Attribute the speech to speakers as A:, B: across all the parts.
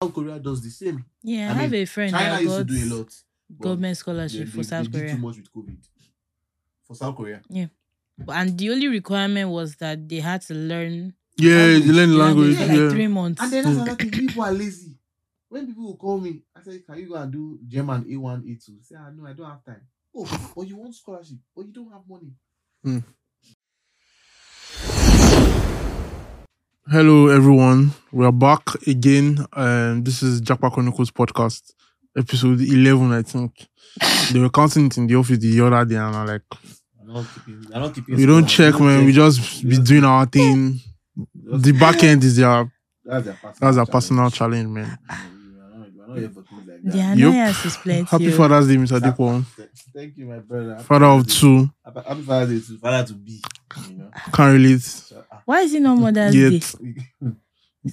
A: South Korea does the same.
B: Yeah, I,
A: I
B: have
A: mean,
B: a friend
A: China
B: that
A: used to
B: got
A: do a lot. but
B: government
A: they-
B: scholarship
A: they-
B: for South
A: they did
B: Korea.
A: too much with COVID. For South Korea.
B: And the only requirement was that they had to learn
C: Yeah, you learn the
B: language
C: language.
B: for like
C: Yeah.
B: three months.
A: And then that's another thing. People are lazy. When people will call me, I say, Can you go and do German A1, A2? Say, ah, No, I don't have time. Oh, but you want scholarship, but you don't have money.
C: Hello, everyone. We are back again. Um, this is Jackpot Chronicles podcast, episode 11, I think. they were counting it in the office the other day, and I'm like,
A: I'm not keeping, I'm not keeping
C: we don't check, man. We just be doing our thing. The back end is their
A: That's their personal
C: that's our personal challenge, man.
A: We are not- we are not here for things like
B: The
A: that.
B: annoyance is plenty.
C: Happy
B: oh.
C: Father's Day, Mr. Dikwan.
A: Thank you, my brother. Happy
C: Father of
A: Father's Day.
C: two.
A: Happy happy Father's Day to Father to be. You know?
C: Can't relate
A: So, ah,
B: Why is it not Mother's Day?
C: yet.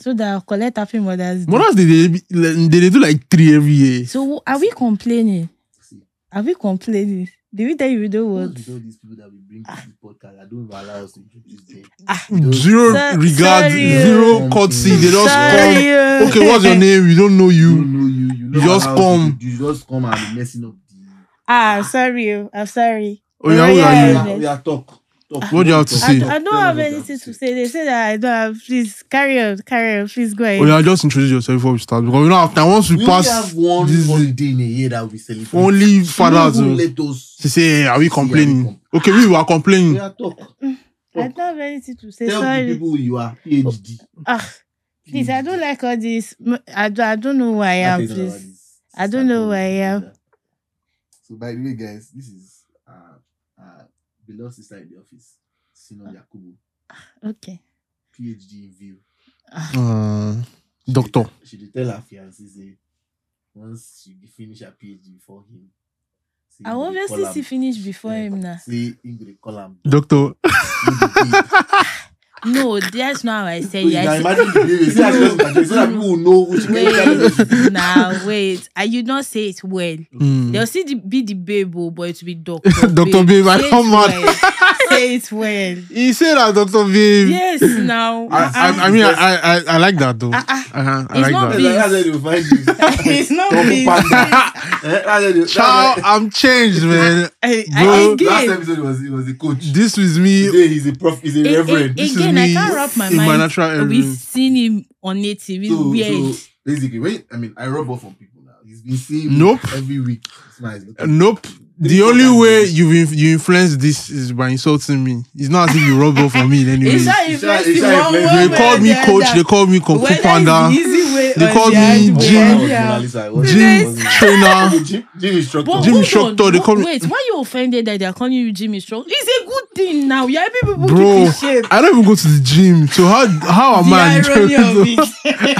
B: So that I'll collect happy Mother's Day.
C: Mother's Day, they, they, they do like three every year.
B: so wh- are we complaining?
A: see,
B: Are we complaining? Did we tell you we
A: those
B: don't want?
A: with all these people that we bring to this podcast, I don't even allow us to introduce them.
B: Ah.
A: We don't-
C: Zero
B: So-
C: regard,
B: sorry, oh.
C: zero courtesy. They just
B: Sorry,
C: come.
B: oh.
C: Okay, what's your name? We don't know
A: You
C: you.
A: know you. You,
C: You
A: know
C: just
A: how
C: come.
A: You, you just come and be messing up the.
B: Ah, I'm sorry. oh. I'm sorry.
C: Oh, yeah, who
B: Yeah,
C: are you?
B: yeah.
A: We are talk. talk.
C: What do you have to
A: Talk,
C: say?
B: I,
A: talk.
B: I don't
A: Tell us
B: have
A: what you
B: anything to say. They say that I don't have. Please carry on, carry on. Please go ahead.
C: Oh, yeah, just introduce yourself before we start because we don't have time. Once we
A: We only
C: pass
A: have one
C: this,
A: holiday in a year that we celebrate.
C: only fathers.
A: Who
C: oh,
A: let us?
C: She say, hey, "Are we
A: See, are we
C: complaining?"
A: com-
C: Okay, we were
A: We
C: complaining.
A: are talk.
B: I don't have anything to say.
A: Tell the
B: sorry.
A: people who you are. PhD.
B: Ah, please, I don't like all this. M- I don't, I don't know who I am.
A: think it's about
B: Please,
A: this
B: I don't know who I am.
A: sister. So by the way, guys, this is uh uh beloved sister in the office, Sinon Yakubu,
B: okay.
A: PhD in view.
C: Uh, doctor,
A: She did tell her fiancé say once she dey finish her PhD before him. say
B: I
A: he go dey
B: obviously
A: call am-
B: see finish before
A: Yeah,
B: him now.
A: Say he go dey call him.
C: doctor.
B: No, that's not how I
A: So
B: said
A: you
B: it.
A: can
B: I said,
A: imagine the baby. See, I just imagine so that people will know who she is.
B: wait, now wait. I you not say it well.
C: Mm.
B: They'll still the- be the babe, oh, but it will be doctor.
C: Dr. Babe, I
B: Say it
C: come on.
B: well. say it well.
C: He said that, Doctor Babe.
B: Yes, now.
C: I, I, I mean, I, I, I- I like that though.
B: Uh-uh.
C: Uh-huh, I
B: It's
C: like
B: not
C: that.
B: big.
A: That's how they will find you.
B: it's not
A: Double
B: me.
A: panda. Eh, that's how they- that's how-
C: Child, I'm changed, man.
B: I,
C: Bro,
B: I,
A: Last
B: again,
A: episode was he was the coach.
C: This is me
A: Today he's a prof, he's a
B: a- a-
A: reverend.
C: This is
B: again, I
C: me
B: can't wrap my
C: in my
B: mind.
C: natural
B: We've
C: area.
B: seen him on native. It's
A: so,
B: weird.
A: so basically, when I mean I rub off on people now. He's been seeing me
C: Nope.
A: every week. It's nice.
C: Nope. The only way you inf- you influence this is by insulting me. It's not as if you rub off on me in any way.
B: It's not
A: It's
B: even
A: not- it's not
B: one
A: even-
B: way
C: They
B: or
C: called me
B: the
C: coach.
B: other.
C: They called me Kung Fu
B: Whether it's
C: Panda,
B: the easy way
C: They
B: or
C: called
B: the
C: me
A: Oh,
B: hard way,
C: Jim-
A: was
B: yeah.
A: Monalisa. I was-
C: gym
A: was-
C: trainer.
A: Gym, gym instructor.
B: But
C: Jim
B: hold
C: instructor,
B: on,
C: they
B: wha-
C: call me-
B: Wait, why you offended that they are calling you Jimmy Strong? It's a good thing now. You're helping people
C: Bro,
B: keep in shape.
C: I don't even go to the gym. So how how am
B: The
C: I?
B: irony of it.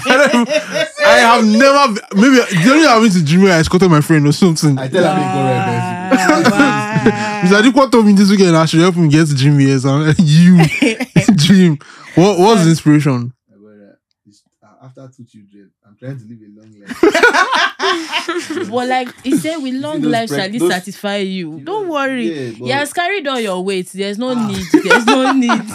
C: I, don't even- I have never. be- Maybe the only time I went to gym, I escorted my friend or something.
A: I tell her to go right
C: Mr. Adikwa told me this weekend I should help him get gym years. I'm like, you gym. What what's the inspiration?
A: My brother, it's- uh, After two children, I'm trying to live a long life.
B: But like he said, with long
A: those
B: life
A: preg-
B: shall it
A: those-
B: satisfy you. Don't worry.
A: Yeah, but- Ah.
B: He has carried all your weight. There's no need. There's no need.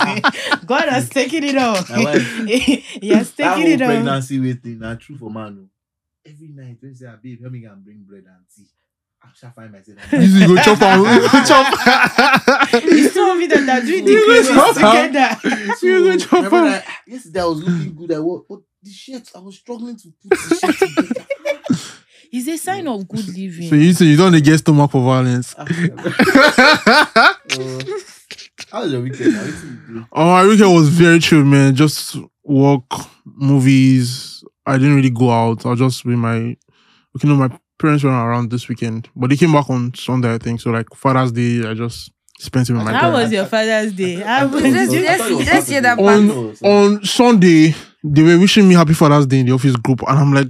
B: God has taken it all.
A: My wife-
B: he has
A: that
B: taken
A: whole
B: it um. all.
A: pregnancy weight thing, na true for man. oh. Every night, when you say, "Ah, babe, help me go and bring bread and tea, I shall find myself.
C: You go chop am. You go chop.
B: It's two of you that are doing the
C: You will
B: cleanings
C: suffer.
B: together.
C: You go
A: So,
C: chop
A: remember
C: am.
A: that ah, yesterday I was looking good. I was, but the shirt I was struggling to put the shirt together.
B: It's a sign of good living.
C: So you say you don't dey get stomach for violence.
A: Ah, Uh, how was your weekend? Now? What you do?
C: Oh, my weekend was very chill, man. Just work, movies. I didn't really go out. I was just with my, okay, no, my parents were around this weekend, but they came back on Sunday, I think. So like Father's Day, I just spent it with my
B: How
C: parents.
B: was your Father's Day? How was
D: thought it was-
B: it?
D: let's- let's hear that
C: On-
A: Oh,
C: on Sunday, they were wishing me happy Father's Day in the office group, and I'm like,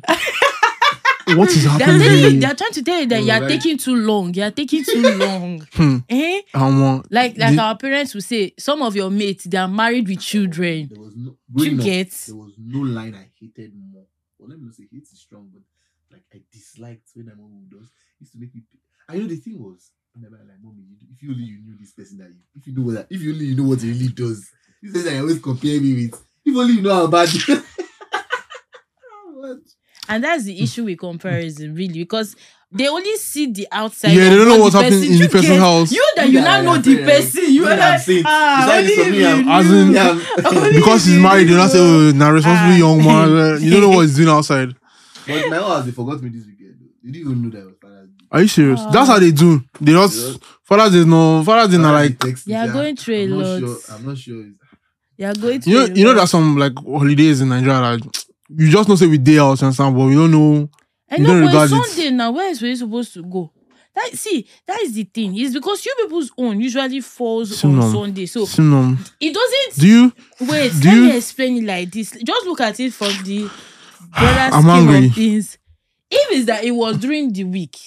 C: what is
B: They're telling you,
C: happening?
B: they're trying to tell you that
A: Oh,
B: you're
A: right.
B: taking too long. You're taking too long.
C: Hmm.
B: eh?
C: I'm on-
B: Like like
C: The-
B: our parents will say, some of your mates they are married with children.
A: There was no
B: Do you
A: growing up,
B: get?
A: There was no line I hated more. Well, let me not say hate is strong, but like I disliked when my mom would just used to make me. I know the thing was, whenever I'm like, mommy, you do- if you only you knew this person that you, if you know what, if you only you know what he really does, this person I always compare me with. If only you know how bad. what?
B: And that's the issue with comparison, really, because they only see the outside.
C: yeah,
B: of
C: they don't know what's
B: the
C: happening
B: person-
C: in the
B: you
C: person's
B: get-
C: house.
B: You that you
A: Yeah,
B: now
A: yeah,
B: know the
A: yeah.
B: person. You
A: Yeah,
B: are
A: I'm
B: like,
A: saying,
B: ah,
A: is that
B: only
A: it for me?
B: you
A: I'm-
B: knew."
C: as in-
A: Yeah.
B: Only
C: because he's
B: you
C: married, you're not
B: knew.
C: saying, oh, now responsible
B: Ah.
C: young man. You don't know what he's doing outside.
A: But my house, they forgot me this weekend. They didn't even know that I was Father's Day.
C: Are you serious?
B: Ah.
C: That's how they do. They don't.
A: Yeah.
C: Father's Day, no. Father's Day, not
A: Father's Day
C: like.
A: text me,
B: They are
A: yeah,
B: going through a
A: I'm
B: lot.
A: Not sure, I'm not sure. It's,
B: You are going
C: You know,
B: through a
C: you know,
B: lot.
C: there's some like holidays in Nigeria that you just know say we day out and stuff, but we don't know.
B: I
C: You
B: know,
C: don't
B: but it's
C: regard it.
B: Sunday now. Where is we supposed to go? That see, that is the thing. It's because you people's own usually falls on
C: Simon.
B: Sunday, so
C: Simon,
B: it doesn't.
C: do you?
B: Wait,
C: do
B: let
C: you-
B: me explain it like this. Just look at it from the broader
C: I'm
B: scheme
C: angry.
B: of things. If it's that it was during the week,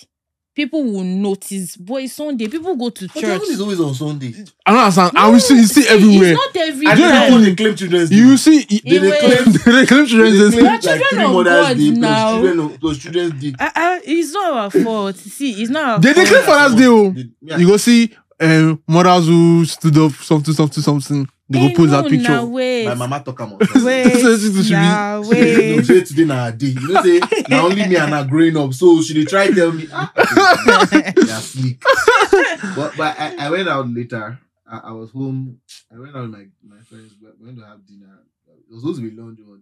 B: people will notice. Boy, it's Sunday, people go to
A: but
B: church.
A: is always on Sunday.
C: I don't understand. I will see you see
B: See,
C: everywhere.
B: It's not every
A: I don't know
B: time.
A: when they claim children's day.
C: You see,
A: they, they
B: Even-
A: claim
C: they claim
A: They claim
C: children's day.
B: We're children
A: three
B: of God
A: Day plus
B: now.
A: children of, plus children's day. oh.
B: Uh, uh, it's not our fault. See, it's not our
C: They
B: fault.
C: they claim Father's Day. Oh.
A: They- yeah.
C: You go see um, mothers who stood up something, something, something. They
B: Eh,
C: go post that
B: no,
C: picture.
B: Now, wait.
A: My mama talk about
C: Wait,
B: Wait.
C: nah,
B: now,
A: Today,
B: wait.
A: today na her day. You know say now only me and her growing up. So she dey try tell me. Ah, they are sleek. But but I, I went out later. I, I was home. I went out with my my friends. We went to have dinner. It was supposed to be lunch, but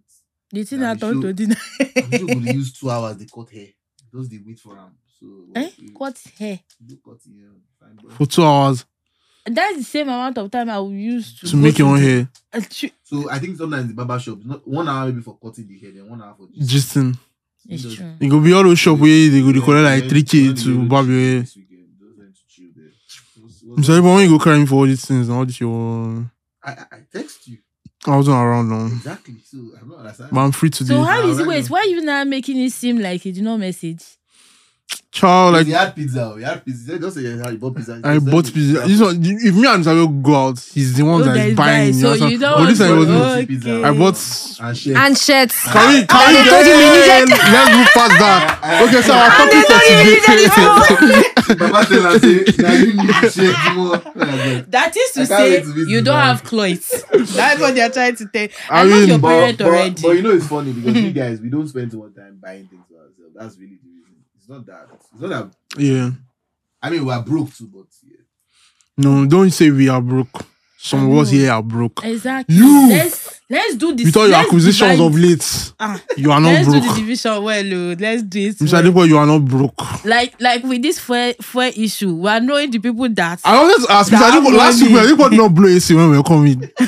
B: The thing
A: Now
B: I
A: the
B: thought
A: show-
B: to dinner.
A: I'm sure we use two hours they cut hair. Those they wait for am. So
B: Eh?
A: we-
B: Cut hair.
A: do cut hair. fine, but-
C: For two hours
B: That's the same amount of time I will use to, Eh,
C: to make your own hair.
B: hair.
A: So I think sometimes the barber shop not one hour maybe for cutting the hair, then one hour for
C: Just in.
B: It's true.
C: You go be all those shop where they go they
A: Yeah,
C: collect
A: yeah,
C: like three
A: yeah,
C: k
A: yeah,
C: to barb your hair.
A: this weekend. Those are to chill there. What's-
C: I'm
A: what's-
C: sorry, but when you go crying for all these things and all this your
A: I, I I text you
C: I wasn't around now.
A: exactly. So I'm not understanding.
C: But I'm free today.
B: So how
A: Now,
B: is it?
A: right
B: Wait,
A: now-
B: why are you now making it seem like you did not message?
C: Child, like
A: we had pizza. We had pizza. Just say yeah, you bought pizza.
C: I
A: Just
C: bought
A: send
C: pizza.
A: me
C: This one, if me and Samuel go out, he's the one
B: Oh,
C: that
B: that
C: is
B: is
C: buying.
B: buying,
C: you
B: so
C: understand?
B: you don't
C: But this
B: want
C: time it
B: to-
C: wasn't.
A: Pizza,
B: Okay.
C: I bought.
A: and share.
D: And shirts.
C: Can we? Can
D: they
C: we?
D: told you you needed-
C: Let's move past that. Okay, so our
D: And
C: topic
D: they
C: for
D: told you you needed it.
C: today.
A: Baba tell her say now you need to share more. Oh
B: That is
A: I can't
B: to say
A: wait to meet
B: you
A: the
B: don't
A: man.
B: have clothes. That's what they're trying to tell.
C: I
B: I know
C: mean,
B: your
C: but-
B: parent
A: but,
B: already.
A: But you know it's funny because we guys we don't spend too much time buying things for ourselves. That's really the reason. It's not that. It's not that.
C: Yeah.
A: I mean we're broke too, but yeah.
C: No, don't say we are broke. Some of us
B: I know.
C: here are broke.
B: exactly.
C: You-
B: Let's let's do this.
C: With all your
B: let's
C: acquisitions
B: divide-
C: of late,
B: Ah,
C: you are not
B: let's do the
C: broke.
B: division well. oh, Let's do it.
C: Mr.
B: well.
C: Adipo, you are not broke.
B: like like with this fuel fuel issue, we are knowing the people that
C: I wanted to ask Mr.
B: That
C: Adipo last week,
B: money.
C: Mr. Adipo did not blow AC when we were coming.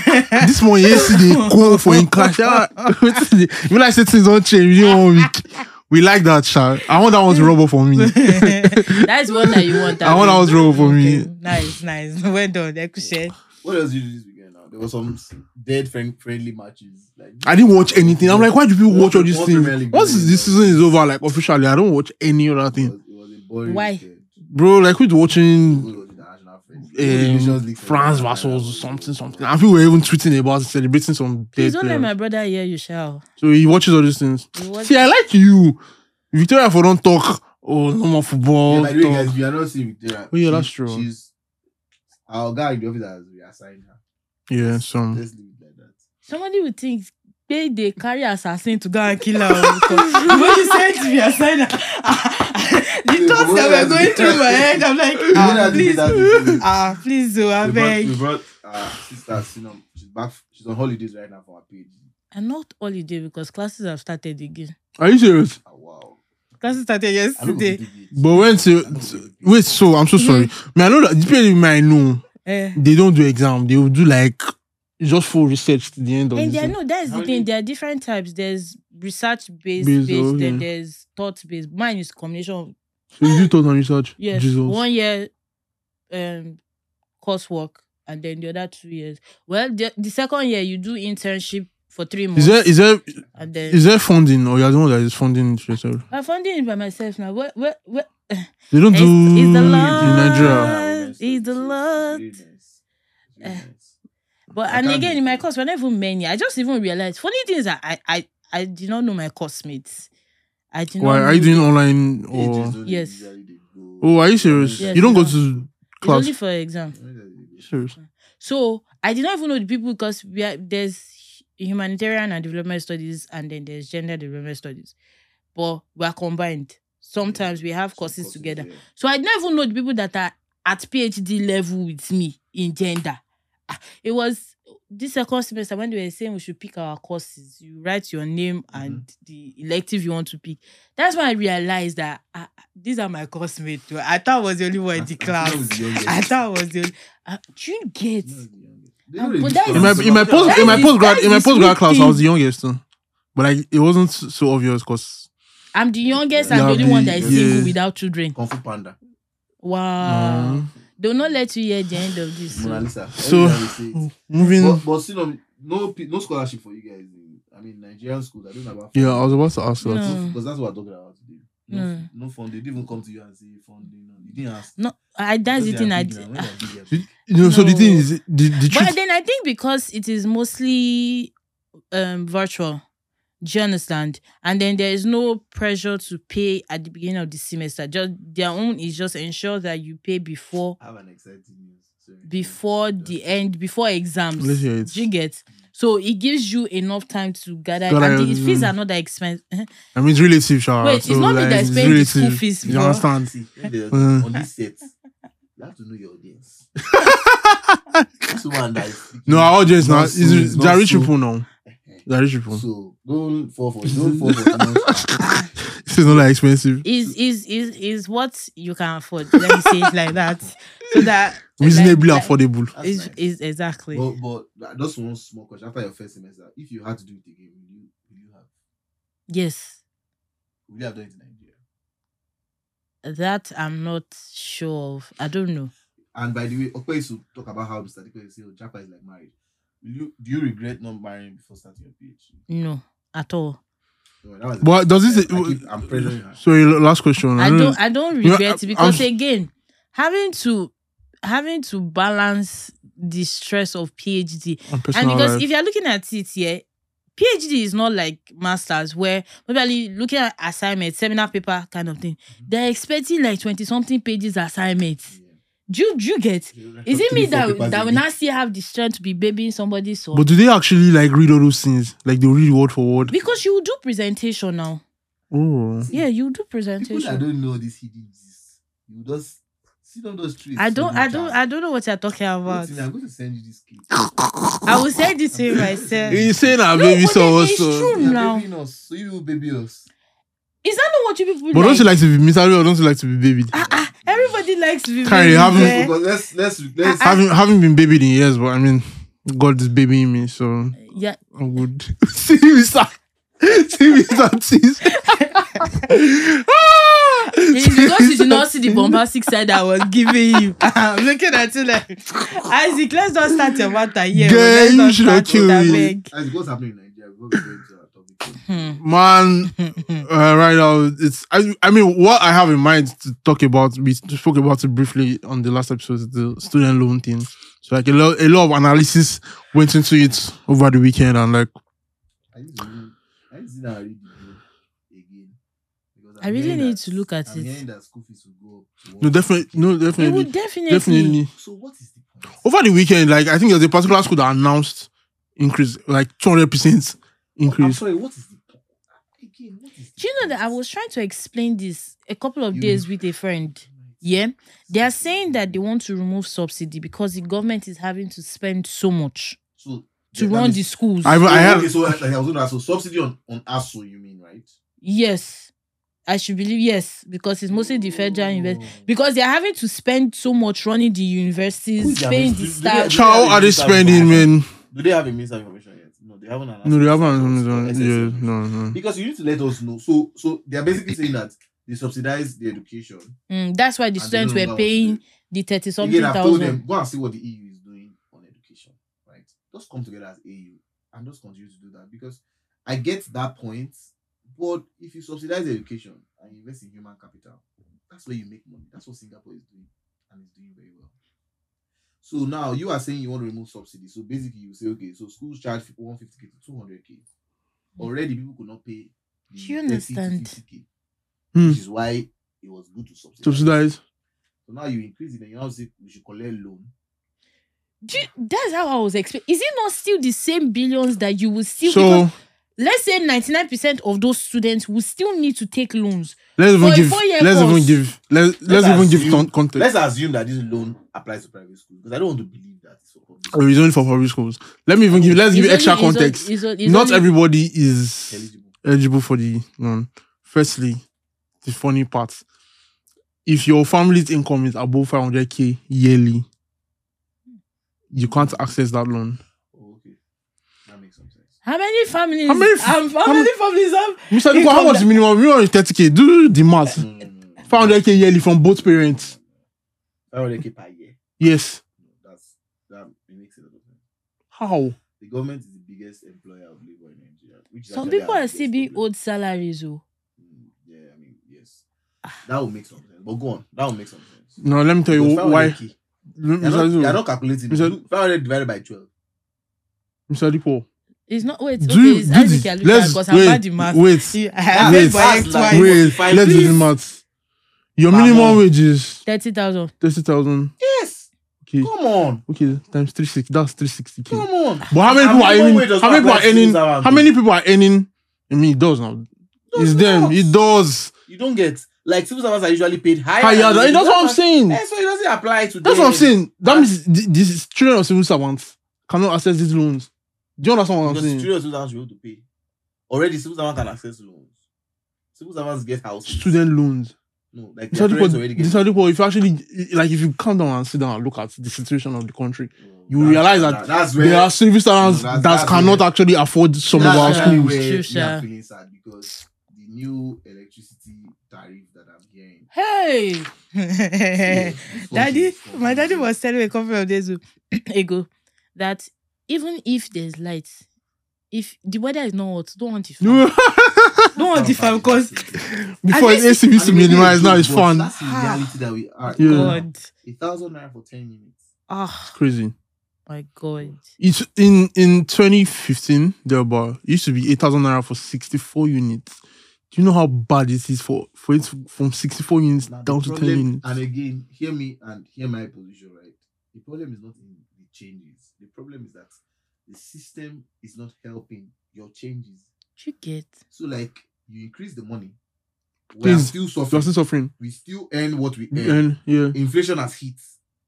C: this morning, AC, they call for in clash. Ah, wetin dey- You like say things don't change within one week. We like that, child. I want that one to rub off on me.
B: that's one that you want.
C: I want that one to rub off on
B: Okay,
C: me.
B: Nice, nice. Well done, Ekushe.
A: What else did you do this weekend now? There was some dead friend friendly matches. Like
C: I didn't watch anything. I'm like, why do people
A: What-
C: watch all these
A: what Premier
C: things?
A: League
C: Once
A: is it?
C: this season is over, like officially, I don't watch any other
A: it
C: thing.
A: was, it was a boring
B: Why?
A: weekend.
C: Bro, like
A: It
C: who's watching
A: was international friends. The Nations
C: um,
A: League
C: France
A: semi-final
C: versus
A: was-
C: something, something. I feel we're even tweeting about it, celebrating some
B: Please
C: dead
B: don't let
C: players.
B: my brother hear you shout.
C: So he watches all these things.
B: You watch-
C: See, I like you. Victoria for don't talk. Oh, no more
A: Yeah,
C: football.
A: by the way,
C: talk.
A: guys, you are not seeing Victoria.
C: Oh, yeah,
A: She-
C: that's true.
A: She's our guy in the office has reassigned her.
C: yeah, so
A: Let's leave it like that.
B: Somebody would think they they carry assassin to go and kill her. When you said to be assign her, the thoughts that were going through my head, I'm like, ah, please,
A: please.
B: ah, please, do I
A: we brought,
B: beg.
A: we brought uh, sister Sinom. She's back. She's on holidays right now for her PhD.
B: And not holiday because classes have started again.
C: are you serious?
A: Oh, wow.
B: Classes started
A: I don't
B: yesterday.
A: believe it.
C: But when to, wait, so I'm so sorry.
A: Mm-hmm.
C: Man, I know that depending might know
B: Eh.
C: they don't do exam. They will do like just full research to the end of
B: And
C: the
B: there,
C: thing.
B: no, that's
A: How
B: the
A: many-
B: thing. There are different types. There's research based,
C: Based,
B: based
C: oh,
B: then
C: yeah.
B: there's thought based. Mine is combination of
C: So you do thought and research.
B: yes,
C: Jesus.
B: one year um coursework, and then the other two years. Well, the, the second year you do internship for three months,
C: Is there is there
B: and then
C: is there funding or you're the one that is funding it yourself?
B: I'm funding it by myself now. What what what?
C: They don't
B: It's-
C: do
B: it's the
C: in
B: law.
C: Nigeria.
A: Yeah, Ah,
B: Is
A: we went
B: the
A: to-
B: Lord-
A: it's really nice. It's really
B: Eh.
A: nice.
B: But
A: I
B: and
A: can't
B: again,
A: do
B: in my
A: it.
B: course, we're not even many. I just even realized funny things. I I I, I did not know my course mates. I did
C: Why
B: not.
C: are you
B: know
C: doing
B: them.
C: online or
A: PhDs don't
B: Yes.
A: usually they go-
C: oh are you serious?
B: Yes,
C: you don't go
B: no.
C: to
B: It's
C: class.
B: only for exam.
A: Usually they go.
C: Serious.
B: So I did not even know the people because we are, there's humanitarian and development studies, and then there's gender development studies. But we're combined. Sometimes we have courses together.
A: Yeah.
B: So I don't even know the people that are at PhD level with me in gender. Ah, It was this second semester when they were saying we should pick our courses. You write your name and the elective you want to pick. That's when I realized that ah, ah, these are my classmates. too. I thought I was the only one in the
A: That was
B: class.
A: the youngest.
B: I thought I was the only. Uh, do you get?
A: That was the youngest. They
B: Um,
A: don't really
B: but that
A: do
B: is-
C: in my in my post
B: That
C: in my
B: is-
C: postgrad
B: that
C: in my
B: is the
C: postgrad class, I
B: thing.
C: was the youngest, too. but like it wasn't so so obvious because
B: I'm the youngest and
C: Yeah,
B: the only one that is single
C: yeah.
B: without children.
A: Kung Fu Panda.
C: Mm-hmm.
B: Wow. They'll not let you hear the end of this.
A: Mona
B: So.
A: Lisa.
C: So- mm,
A: Everybody say it.
C: moving.
A: But, but still, um, no, pe- no scholarship for you guys. in- I mean, Nigerian schools. I don't know about.
C: yeah, I was about to ask that.
B: No.
A: Because that's what we're talking about today. No,
B: No.
A: no funding. They didn't even come to you and say funding. No, you didn't ask.
B: Mm. No, I
A: Because
B: that's the
A: they
B: thing.
A: are
B: I
A: big
B: d-
A: now, when they are big, they are
C: You know, so the
B: No.
C: thing is the the
B: But
C: truth.
B: then I think because it is mostly um virtual, do you understand? And then there is no pressure to pay at the beginning of the semester. Just their own is just ensure that you pay before
A: I have an exciting news. Sorry.
B: before the end before exams.
C: Let's hear it.
B: Do you get? So it gives you enough time to gather.
C: Gather
B: and
C: mm.
B: the
C: your-
B: fees are not that expensive.
C: I mean, it's relative, Shara.
B: Wait, it's
C: so,
B: not me
C: like,
B: that is
C: it's
B: paying the school
C: relative.
B: fees,
C: You
B: bro.
C: understand?
A: See, when they-
C: Mm.
A: on this set, you have to know your audience. That's one that is speaking.
C: No, our audience now
A: Not
C: is
A: so, it's
C: they are
A: not
C: rich
A: so.
C: people now.
A: Eh,
C: They are rich people.
A: So don't fall for it. Don't fall for it. No,
C: This is not like expensive.
B: is is is is what you can afford. Let me say it like that. So that
C: Reasonably
B: like- Uh, like-
C: affordable.
A: that's
B: Is
A: nice.
B: is exactly.
A: But but uh, just one small question. After your first semester, if you had to do it again, will you will you have
B: yes.
A: will you have done it in Nigeria?
B: That I'm not sure of. I don't know.
A: And by the way, Okwe used to talk about how Mr. Dikwe say, "Oh, Japa is like marriage." Will you do you regret not marrying before starting your PhD?
B: No, at all.
A: No, that was
C: But does this?
A: I keep- I'm pressuring her.
C: So last question.
B: I don't. I don't
C: Mm. You know,
B: regret
C: I-
B: it because
C: I'm-
B: again, having to having to balance the stress of PhD
C: I'm
B: and
C: personal
B: because
C: life.
B: if you're looking at it here. PhD is not like masters where probably looking at assignments, seminar paper kind of thing.
A: Mm-hmm.
B: They're expecting like twenty something pages assignments. Do you, do you get?
A: Yeah.
B: Is it
A: Three,
B: me
A: four
B: that
A: papers
B: that
A: a
B: will
A: week.
B: not still have the strength to be babying somebody's soul?
C: but do they actually like read all those things? Like they read word for word.
B: Because you do presentation now.
C: Oh,
B: Yeah, you do
A: People that
B: presentation.
A: don't know this hidden gist, you just see on those trees.
B: I don't, I don't,
A: I
B: I don't know what you're talking about.
A: I'm going to send you this clip.
B: I will send it to you myself.
C: you saying that
B: No,
C: baby
B: but
C: so
B: then it's
C: so.
B: true.
A: You
B: Now.
A: are babying us, so you will baby us.
B: Is that not what you people
C: But don't
B: like?
C: you like to be miserable? Or don't you like to be babied?
B: Ah, ah, everybody likes to be.
C: Carrie,
B: babied,
C: haven't-
B: eh?
A: But let's let's let's.
B: ah,
C: Having having been babied in years, but I mean, God is babying me, so
B: Yeah,
C: I would. See me, sir. See me, sir. See me, sir. Ah!
B: it is because you did not see the bombastic side I was giving you. I'm looking at you like Isaac. Let's not start your matter here.
C: Girl,
B: Let's not
C: you should
B: start
C: not kill
B: with that
C: me.
B: beg.
A: As what's happening in Nigeria, we're going to go into our topic.
B: Hmm.
C: Man, uh, right now it's. I, I mean, what I have in mind to talk about, we spoke about it briefly on the last episode, is the student loan thing. So like a lot, a lot of analysis went into it over the weekend, and like
A: I need to read- I need to sit down and read the book again because
B: I really
A: hearing
B: need
A: that-
B: to look at
A: I'm
B: it.
A: hearing that school fees will go up. to
C: no,
A: 150.
C: definitely, no, Oh,
B: It
C: definitely,
B: would definitely.
C: definitely.
A: So what is the point? Oh,
C: Over the weekend, like I think there's a particular school that announced increase, like two hundred percent
A: I'm
C: increase.
A: sorry. What is the point? Again, what is?
B: Do you know that I was trying to explain this a couple of
A: You-
B: days with a friend? Yeah. They are saying that they want to remove subsidy because the government is having to spend so much
A: so
B: to
A: that
B: run
A: means-
B: the schools.
C: I've- I have-
A: okay, so like, I was going to ask. So subsidy on on ASU, you mean right?
B: yes. I should believe yes, because it's mostly the
A: Oh.
B: federal invest because they're having to spend so much running the universities,
A: Who's their
B: paying
A: best-
B: the
A: do- do they have-
B: staff.
C: How are they spending, man?
A: Do they have a minister of information yet? No, they haven't. announced
C: No, they
A: it.
C: haven't.
A: Or SSA.
C: Yeah, no, no.
A: Because you need to let us know. So, so they are basically saying that they subsidize the education.
B: Mm, that's why the
A: and they
B: students
A: don't
B: were
A: know what to do.
B: paying the thirty something
A: Again, I've told
B: thousand.
A: them go and see what the EU is doing on education, right? Just come together as EU and just continue to do that because I get that point. But if you subsidize education and you invest in human capital, that's where you make money. That's what Singapore is doing and it's doing very well. So now you are saying you want to remove subsidy. So basically, you say okay, so schools charge 150k to 200k. Already, people could not pay. the
B: Do
A: 30
B: you
A: to
B: understand?
A: 50K,
C: Hmm.
A: Which is why it was good to subsidize.
C: Subsidize.
A: So now you increase it, and you now say we should collect loan.
B: Do you- that's how I was expecting. Is it not still the same billions that you will still? because
C: So
B: let's say ninety nine percent of those students will still need to take loans.
C: let's
B: for
C: even
B: a
C: give
B: four-year
C: let's even
B: course-
C: give let's let's even give
A: assume-
C: con- context.
A: Let's assume that this loan applies to private school because I don't want to believe that. It's for public
C: Or It's only for public schools. Let me even give let's give
B: It's
C: extra
B: only- it's on-
C: context.
B: it's on- it's
C: Not
B: only-
C: everybody is
A: eligible.
C: eligible for the loan. Firstly, the funny part. If your family's income is above 500k yearly, you can't access that loan.
A: Oh, okay, that makes some sense.
B: How many families?
C: How many f-
B: um, how
C: how
B: many families have?
C: Mr. Nico,
B: Income
C: how much
B: that- Eh.
C: is minimum? Minimum is 30k. Do the math.
A: No, no, no, no.
C: 500k yearly from both parents.
A: 500k per year.
C: Yes.
A: That's that it makes a lot of sense.
C: How?
A: The government is the biggest employer of labor in Nigeria. Which is
B: Some
A: actually
B: people
A: our
B: are still
A: biggest
B: being
A: problem.
B: owed salaries. Oh,
A: Mm, yeah, I mean, yes. That would make some sense. But go on. That would make some sense.
C: No, let me tell you
A: Because
C: why.
A: 500K, You're
C: Mr.
A: not, you're
C: Dipo-
A: not calculating.
C: Mr.
A: it. 500 divided by 12.
C: Mr. Dipo,
B: it's not. Wait,
C: do
B: okay,
C: you-
B: it's
C: do
B: Isaac you're
C: the-
B: looking at
C: let's-
B: because I'm bad
C: wait,
B: in math.
C: wait,
B: See, I
A: That's-
B: have been
A: that's
B: correct
A: like-
B: twice.
A: Wait.
C: wait,
A: Five
C: let's do the
A: please.
C: math. Your
A: Come
C: minimum
A: on.
C: wage is
B: Thirty thousand.
C: 30,000.
A: Yes.
C: Okay.
A: Come on.
C: Okay, times 360. That's 360k.
A: Come on.
C: But how many
A: Our
C: people are
A: minimum
C: earning?
A: wage does
C: How
A: not
C: many people
A: apply
C: are
A: to
C: earning?
A: those around
C: How
A: you.
C: many people are earning? I mean, it does now.
A: Does
C: It's them.
A: not.
C: It does.
A: You don't get like civil servants are usually paid higher.
C: Higher.
A: than
C: than- Ah, That's what I'm
A: those.
C: saying.
A: Yeah, so it doesn't apply to
C: That's
A: them.
C: what I'm saying. That means th- these children of civil servants cannot access these loans. Do you understand what I'm
A: Because
C: saying?
A: students civil servants should be able to pay. Already, civil servants can access loans. Civil servants get houses.
C: Student loans.
A: No, like
C: These
A: their
C: are the
A: parents
C: people-
A: already get.
C: these are the people. If you actually like, if you calm down and sit down and look at the situation of the country,
A: Oh,
C: you
A: that's-
C: realize that
A: that's
C: there are civil
A: No,
C: servants
A: that's-
C: that
A: that's
C: cannot
A: where-
C: actually afford some of
A: That's
C: our
A: actually
C: schools.
A: where
B: True,
A: me and
B: sure.
A: feelings are because the new electricity tariff that I'm hearing.
B: Hey.
A: Yes, this one
B: daddy,
A: is confusing.
B: my daddy was telling me a couple of days ago that even if there's light, if the weather is not hot, don't want the fan. Don't want the fan because
C: Before
B: At least-
C: it's AC used to
A: And it may be a
C: minimize, now
A: joke,
C: it's
A: but
C: fun.
A: That's the reality that we are.
C: Yeah.
B: God,
A: A thousand naira for ten minutes.
B: ah,
C: Crazy.
B: my God,
C: It's in in 2015 there about it used to be 8,000 naira for 64 units. Do you know how bad this is for for it to- from 64 units
A: Now, the
C: down to 10
A: problem-
C: units?
A: And again, hear me and hear my position, right? The problem is not in the changes. The problem is that the system is not helping your changes.
B: Did you get
A: So, like, you increase the money. We are
C: Please,
A: still
C: You're
A: suffering.
C: still suffering.
A: we still earn what we earn.
C: And yeah.
A: Inflation has hit.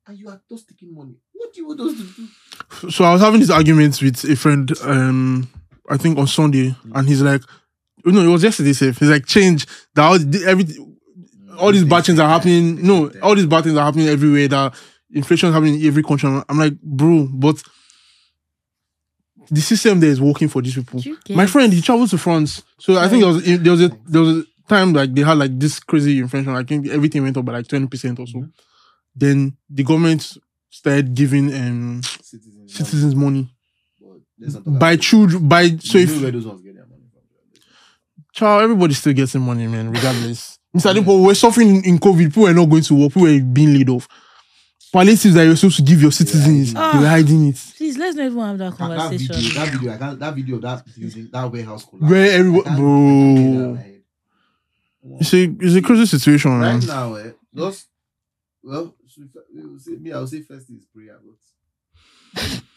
A: And you are just taking money. What do you want us to do?
C: So I was having this argument with a friend um I think on Sunday and he's like oh, no, it was yesterday safe. He's like change that all the- everything all these bad things are happening. No, all these bad things are happening everywhere. That inflation is happening in every country. I'm like, bro, but the system there is working for these people.
B: Did you get
C: My friend, he traveled to France, so I think there was there was a there was a time like they had like this crazy inflation. I think everything went up by like twenty percent or so.
A: Mhm.
C: Then the government started giving um
A: Citizens.
C: citizens money
A: But let's not talk
C: by
A: about-
C: children by so
A: You
C: if
A: know where those ones get their money from.
C: Child, everybody's still getting money, man, regardless. Mr. Adipo, we're suffering in, in COVID. People were not going to work. People were being laid off. Palliatives that you're supposed to give your citizens,
A: Yeah. Ah.
C: they were hiding it.
B: Please let's not even have that
A: That, that
B: conversation.
A: video, that video, I can't, that video, of that building, that warehouse collapse.
C: Where everyone,
A: I can't- I can't get that in my
C: bro.
A: head. Come on.
C: It's a, it's a crazy situation, man.
A: Right now, eh, just well, should we- we will say, me, I will say first is prayer, but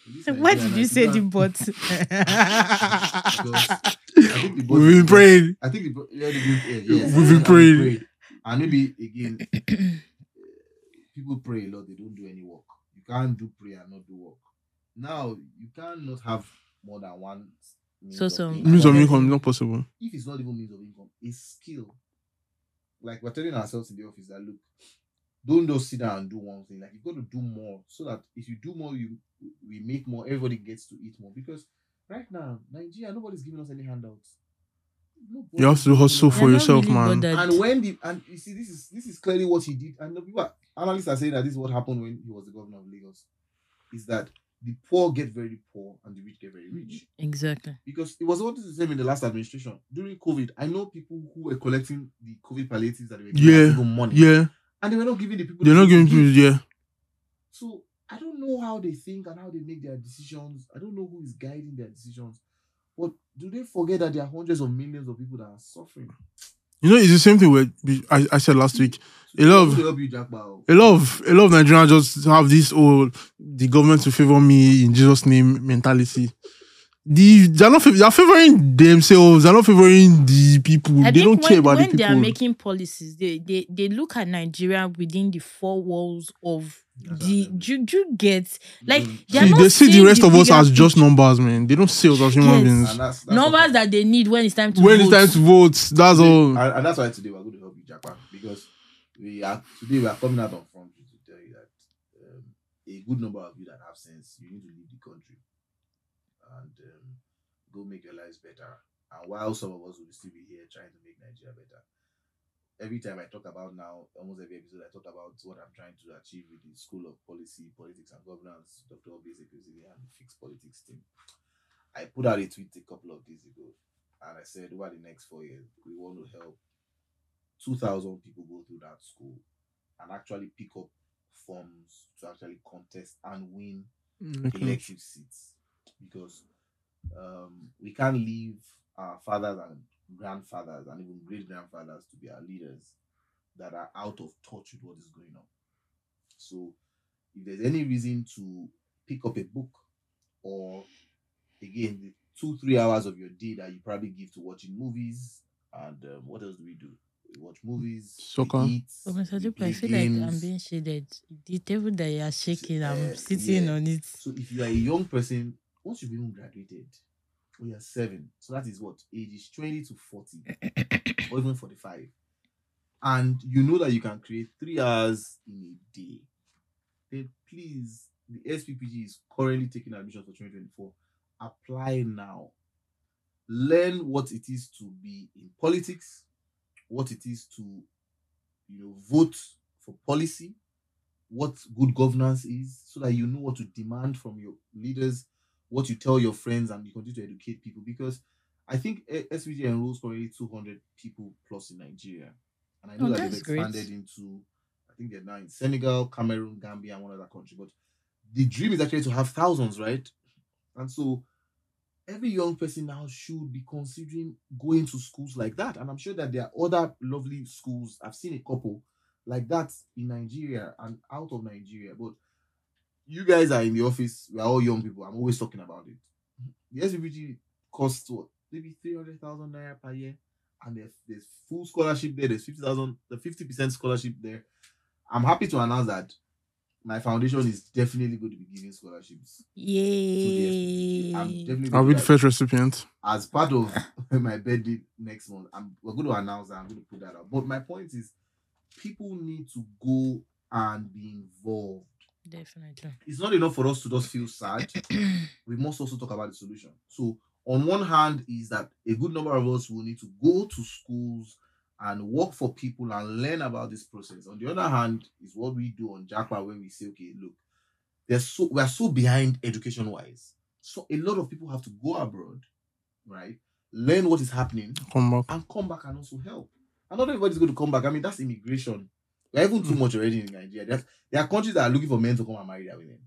A: This
B: Why
A: Nigeria, I
B: did you
A: think
B: say
A: that-
B: the but?
A: Because I think the body-
C: We've been praying.
A: I think the, bo- yeah, the good air, yes.
C: We've been
A: and
C: praying.
A: And maybe again, eh, people pray a lot, they don't do any work. You can't do prayer and not do work. Now, you cannot have more than one means
B: So
A: of
B: some-
A: income.
C: Means of income, not possible.
A: If it's not even means of income, it's skill. Like we're telling ourselves in the office that look, don't just sit down and do one thing. Like you've got to do more so that if you do more, you we make more, everybody gets to eat more. Because right now, Nigeria, nobody's giving us any handouts.
C: You have to
A: Nobody's
C: hustle
A: giving us
C: for
B: They're not
C: yourself,
B: really
C: man.
B: bothered.
A: and when the and you see this is this is clearly what he did and the people are- analysts are saying that this is what happened when he was the governor of lagos is that the poor get very poor and the rich get very
B: Mm-hmm.
A: rich
B: Exactly.
A: because it was all the same in the last administration during covid i know people who were collecting the covid palliatives that they were giving
C: Yeah,
A: as even money
C: Yeah,
A: and they were not giving the people the
C: they're not
A: food to
C: giving people.
A: give.
C: Yeah,
A: so i don't know how they think and how they make their decisions i don't know who is guiding their decisions but do they forget that there are hundreds of millions of people that are suffering
C: you know, it's the same thing. Where I, I said last week, A lot of-
A: To help you jack ball.
C: A lot of a lot of Nigerians just have this oh the government to favor me in Jesus' name mentality. The they're not fav- they're favoring themselves, they're not favoring the people.
B: I
C: they
B: think
C: don't
B: when,
C: care about
B: when
C: the
B: they are
C: people.
B: making policies, they, they they look at Nigeria within the four walls of
A: That's
B: the.
A: what I mean.
B: Do, do you get like
A: Mm.
B: they are
C: See,
B: not
C: they see the
B: seeing
C: rest
B: the
C: of us
B: bigger
C: as just
B: picture.
C: numbers, man. They don't see us as human
B: Yes.
C: beings.
A: And that's, that's
B: numbers that they need when it's time to
C: When
B: vote.
C: it's time to vote, that's all.
A: And, and that's why today we're going to help you jack ball because we are today we are coming out on front to tell you that um, a good number of you that have sense, you need to leave the country and um, go make your lives better. And while some of us will still be here trying to make Nigeria better. Every time I talk about now, almost every episode, I talk about what I'm trying to achieve with the School of Policy, Politics and Governance, Dr. Obese Ekwesili, and the Fixed Politics team. I put out a tweet a couple of days ago, and I said, over the next four years, we want to help 2,000 people go through that school and actually pick up forms to actually contest and win
C: Okay.
A: elective seats because um, we can't leave our fathers and grandfathers and even great grandfathers to be our leaders that are out of touch with what is going on. So, if there's any reason to pick up a book or again, the two, three hours of your day that you probably give to watching movies, and um, what else do we do? We watch movies,
C: Soccer.
A: we eat,
B: Oh, Mr.
A: we
B: Dupe,
A: play
B: I feel like I'm
A: games.
B: being shaded. The table that you are shaking, I'm
A: Eh,
B: sitting
A: yeah.
B: on it.
A: So if you are a young person, once you've even graduated, or you're seven, so that is what age is 20 to 40, or even 45, and you know that you can create three hours in a day, then please, the SPPG is currently taking admissions for 2024. Apply now. Learn what it is to be in politics, what it is to, you know, vote for policy, what good governance is so that you know what to demand from your leaders, what you tell your friends, and you continue to educate people. Because I think eh, SVG enrolls currently 200 people plus in Nigeria. And I know
B: Oh,
A: that they've
B: that's great.
A: expanded into, I think they're now in Senegal, Cameroon, Gambia, and one other country. But the dream is actually to have thousands, right? And so every young person now should be considering going to schools like that. And I'm sure that there are other lovely schools. I've seen a couple like that in Nigeria and out of Nigeria. But you guys are in the office. We are all young people. I'm always talking about it. The SBG costs what? Maybe 300,000 naira per year. And there's, there's full scholarship there. There's 50,000, the 50% scholarship there. I'm happy to announce that my foundation is definitely going to be giving scholarships to the SBG. I'm
B: Yay.
A: definitely
C: I'll
A: going
C: be
A: to
C: the
A: be-
C: first recipient.
A: as part of my birthday next month, I'm we're going to announce that I'm going to put that out. But my point is, people need to go and be involved.
B: Definitely.
A: It's not enough for us to just feel sad. we must also talk about the solution. So, on one hand, is that a good number of us will need to go to schools and work for people and learn about this process. On the other hand, is what we do on Jackpa when we say, okay, look, there's so we are so behind education wise. So a lot of people have to go abroad, right? Learn what is happening
C: Come back.
A: and come back and also help. And not everybody's going to come back. I mean, that's immigration. We're even too much already in Nigeria. There's, there are countries that are looking for men to come and marry their women.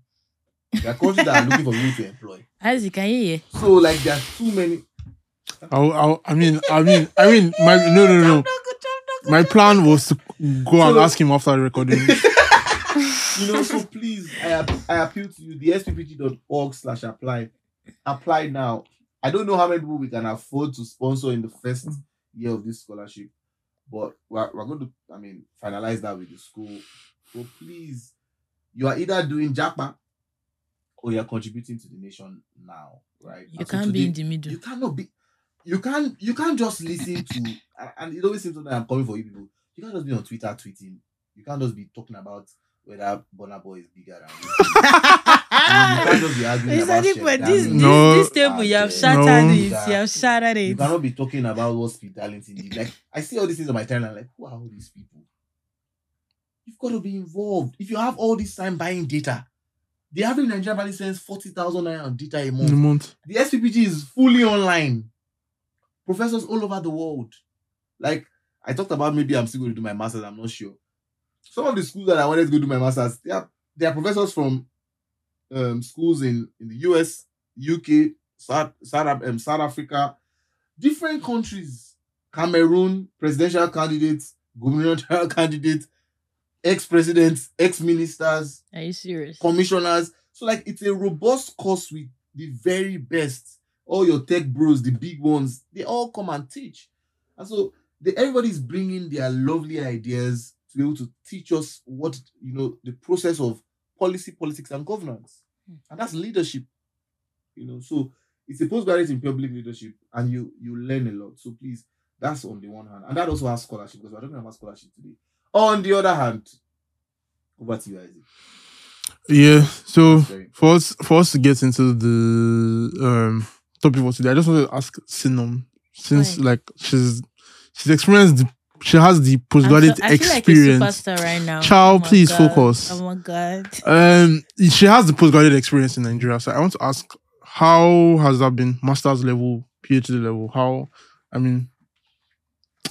A: There are countries that are looking for women to employ.
B: Isaac, can Ah, you hear?
A: So like there are too many.
C: I, I, I mean, I mean, I mean, my no, no, no. My plan was to go and
A: So-
C: ask him after the recording.
A: You know, so please, I, app- I appeal to you, the sppg.org slash apply. Apply now. I don't know how many people we can afford to sponsor in the first year of this scholarship, but we're, we're going to, I mean, finalize that with the school. So please, you are either doing JAPA or you're contributing to the nation now, right?
B: You
A: And so
B: can't
A: today-
B: be in the middle.
A: you cannot be you can't you can't just listen to and- and it always seems like i'm coming for you people you can't just be on twitter tweeting you can't just be talking about whether Burna Boy is bigger than you. you can't just be arguing
B: Mr.
A: about
B: Dupe,
A: Shep
B: this,
A: Daniel.
C: No.
B: this, this table, you have
A: Ah, No.
B: shattered it. You have shattered
A: you
B: it.
A: cannot be talking about what hospitality did. Like I see all these things on my timeline. Like who are all these people? You've got to be involved. If you have all this time buying data, the average Nigerian family spends forty thousand naira on data a month.
C: in a month.
A: The SPPG is fully online. Professors all over the world. Like I talked about, maybe I'm still going to do my masters. I'm not sure. Some of the schools that I wanted to go do my masters, they are they are professors from um, schools in in the US, UK, South South, Af- um, South Africa, different countries. Cameroon presidential candidates, gubernatorial candidates, ex presidents, ex ministers,
B: Are you serious?
A: commissioners. So like it's a robust course with the very best. All your tech bros, the big ones, they all come and teach. And so they, everybody's bringing their lovely ideas to be able to teach us what you know the process of policy, politics, and governance,
B: Hmm.
A: and that's leadership. You know, so it's a postgraduate in public leadership, and you you learn a lot. So please, that's on the one hand, and that also has scholarship because we're talking about scholarship today. On the other hand, over to you, Isaac.
C: Yeah. So
A: Very
C: for us for us to get into the um topic for today, I just want to ask Sinom since
B: Why?
C: like she's she's experienced the, she has the
B: I'm so-
C: postgraduate
B: I feel like a
C: experience.
B: superstar right now.
C: Child,
B: my
C: please
B: God.
C: focus.
B: Oh my god.
C: um, she has the postgraduate experience in Nigeria. So I want to ask, how has that been? Master's level, PhD level. How? I mean,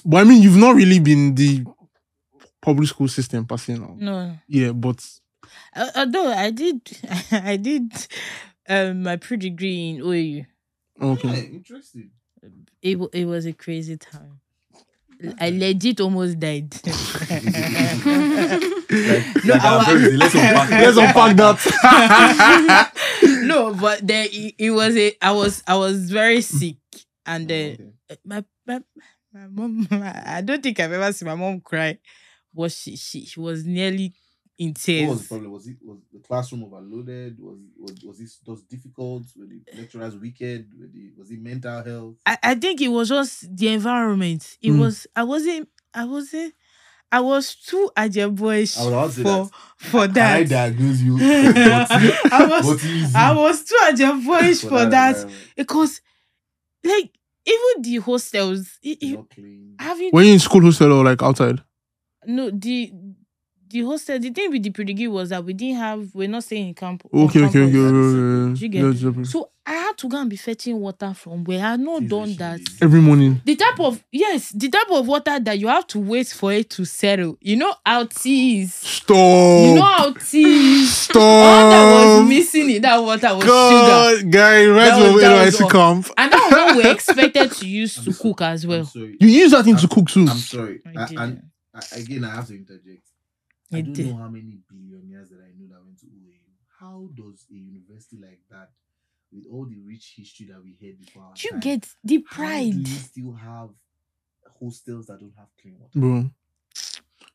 C: but I mean, you've not really been the public school system per se now.
B: No.
C: Yeah, but
B: Al- Although I did, I did um, my pre degree in OU.
A: Yeah,
C: okay.
A: interesting.
B: It, wa- it was a crazy time. I legit almost died.
A: no,
B: our-
A: let's unpack.
C: Let's unpack that.
B: no, but there it, it was a. I was I was very sick, and uh,
A: Okay.
B: my, my my mom. I don't think I've ever seen my mom cry. But she she, she was nearly in
A: What was the
B: tears.
A: problem? Was it was the classroom overloaded? Was was was it just difficult? Were the lecturers wicked? Were the, was it mental health?
B: I, I think it was just the environment. It
A: Hmm.
C: Mm.
B: was I wasn't I wasn't I was too ajeboish
A: I would also say
B: for
A: that.
B: for
A: Can I
B: that.
A: diagnose you.
B: I was-
A: What is
B: I
A: it
B: was too ajeboish for that
A: environment?
B: because like even the hostels it,
A: It's
B: it,
A: Not clean.
B: having
C: Were you in school hostel or like outside?
B: no the the hostel the thing with the predegree was that we didn't have we're not staying in camp. on
C: Okay, okay, okay,
B: campus.
C: okay,
B: Do
C: okay.
B: you
C: okay.
B: get-
C: Let's jump in.
B: So I had to go and be fetching water from where I had not
A: Please
B: done
A: listen
B: that.
A: to this.
C: Every morning.
B: the type of yes, the type of water that you have to wait for it to settle. You know how tea is.
C: Stop. Oh.
B: You know how tea is.
C: Stop.
B: All that was missing in that water was sugar.
C: Um, God, guy, right
B: That was-
C: over
B: that
C: there,
B: was
C: IC
B: all.
C: camp.
B: And that was what we we're expected to use
A: I'm
B: to
A: so-
B: cook as
A: I'm
B: well.
A: sorry.
C: You use that thing to
A: I'm-
C: cook too.
A: I'm sorry.
B: I
A: I,
B: did.
A: and I, again, I have to interject. I
B: You
A: don't
B: did.
A: know how many billionaires that I know that went to OAU. How does a university like that, with all the rich history that we had before, our
B: Do you
A: time,
B: get the
A: how do you
B: pride?
A: still have hostels that don't have clean water?
C: Bro.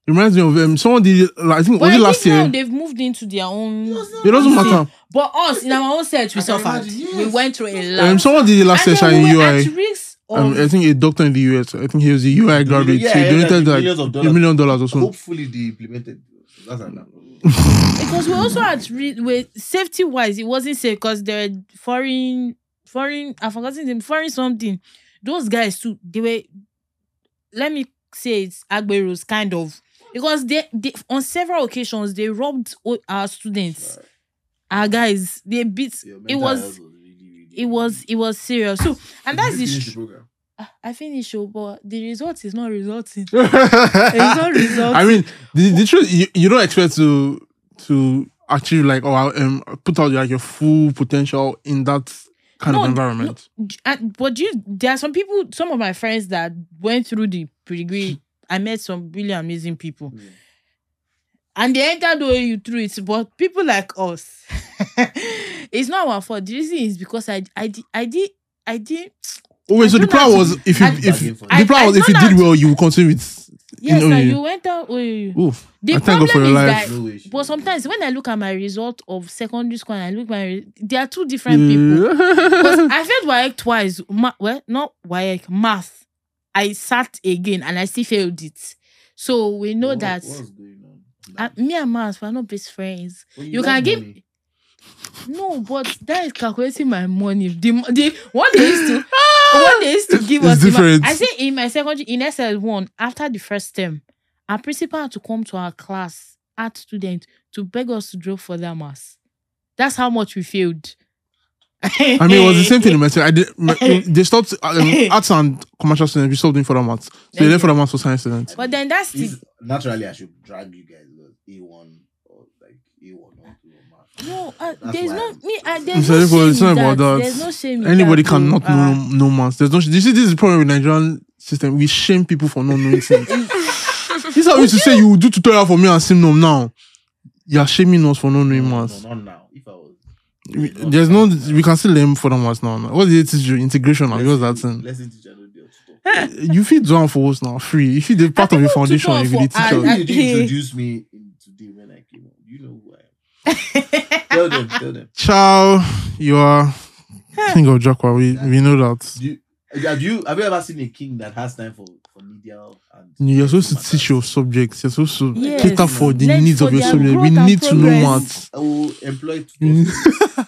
C: Reminds me of um, someone did, like, I think,
B: But I
C: was it
B: think
C: last
B: now
C: year?
B: they've moved into their own.
A: Yes, now
C: It doesn't
B: thing.
C: matter.
B: But us in our own set, we
A: I can
B: suffered.
A: imagine,
B: We
A: yes.
B: went through a lot.
C: Um, someone did it last
B: and
C: session
B: then we
C: in
B: were at
C: UI.
B: risk of
C: Um, I think a doctor in the US. I think he was a UI graduate.
A: yeah,
C: so he
A: yeah,
C: donated
A: yeah,
C: like
A: millions of
C: a
A: dollars.
C: million dollars or so.
A: Hopefully, they implemented. That's another problem.
B: because we also had re- with safety wise, it wasn't safe because there were foreign, foreign, I forgot the name, foreign something. Those guys too, they were, let me say it's Agberos kind of because they, they on several occasions they robbed o- our students,
A: Sorry.
B: our guys. They beat.
A: Your
B: It
A: mental health
B: was,
A: really, really-
B: it was, it was serious. So
A: Did
B: and that's
A: you
B: the.
A: finish the
B: Sh-
A: program.
B: Ah, I finished, oh, but the result is not resulting. not resulting.
C: I mean, the, the truth, you, you don't expect to to achieve like or um, put out like your full potential in that kind
B: No,
C: of environment.
B: J- and but do you there are some people some of my friends that went through the degree i met some really amazing people
A: Mm.
B: and they entered OAU through it but people like us it's not our fault the reason is because i i did i did i did
C: Oh
B: I
C: wait, so the
B: don't know
C: plan
B: how to-
C: was if you
B: I-
C: if
A: Bargain for
B: I-
C: the
A: it.
C: plan was if you
B: know
C: did
B: that-
C: well, you will continue with.
B: yes
C: In
B: now
C: OAU.
B: you went out OAU
C: Ooh,
B: the
C: I thank
B: problem
C: God
B: is
C: for your
B: that
A: No way she
B: but
A: did.
B: sometimes when i look at my result of secondary school and i look at my re- they are two different people Because I failed WAEC twice. Ma- well, not WAEC, math. I sat again and I still failed it. So we know
A: What-
B: that
A: what's going on?
B: uh, me and math, we're not best friends.
A: Well,
B: you
A: like
B: can give-
A: money.
B: No, but that is calculating my money. The, mo- the what they used to what they used to give us.
C: It's
B: in my-
C: different.
B: I say in my secondary in SL1, after the first term, our principal had to come to our class, art student, to beg us to drop for that math. That's how much we failed.
C: I mean, it was the same thing in medicine. I did. My, they stopped um, arts and commercial students. We stopped doing for that maths. So they left for that maths for science students.
B: But then that's the
A: It's- naturally, I should drag you guys A one or like A one or two or math.
B: No, uh,
A: That's
B: there's
A: why
B: no
A: I'm-
B: me. Uh,
C: I'm
B: there's
C: sorry,
B: no
C: but
B: shame
C: it's
B: in
C: not about
B: that.
C: that.
B: There's no shame. in
C: Anybody
B: that,
C: cannot
B: though. Uh,
C: know no maths. There's no. You see, this is the problem with Nigerian system. We shame people for not knowing things. This is how you used to say you do tutorial for me and Simnom now. You're shaming us for not knowing maths.
A: No, not now. If I was.
C: We- There's no, we can still learn for them maths now. now. What is it? Is your integration and what's that thing?
A: Let's teach another day or two.
C: You feed down for us now, free. If you did part
B: I
C: of your
B: think we'll
C: foundation,
B: tutor
C: if you did
B: for
C: teach
A: Who
C: us.
B: I-
A: did you introduce me in today when I came on? You know who I am. tell them, tell them.
C: Ciao, you are king of Jokwa. We, we know that.
A: Do you, have you have you ever seen a king that has time for, for media and
C: You're supposed to teach your subjects. You're supposed to
B: Yes.
C: cater for the
B: Learn
C: needs
B: for
C: of your
B: their
C: subject. We
B: growth and
C: need to know
B: progress.
C: maths.
A: I will employ two
C: Mm.
A: of them.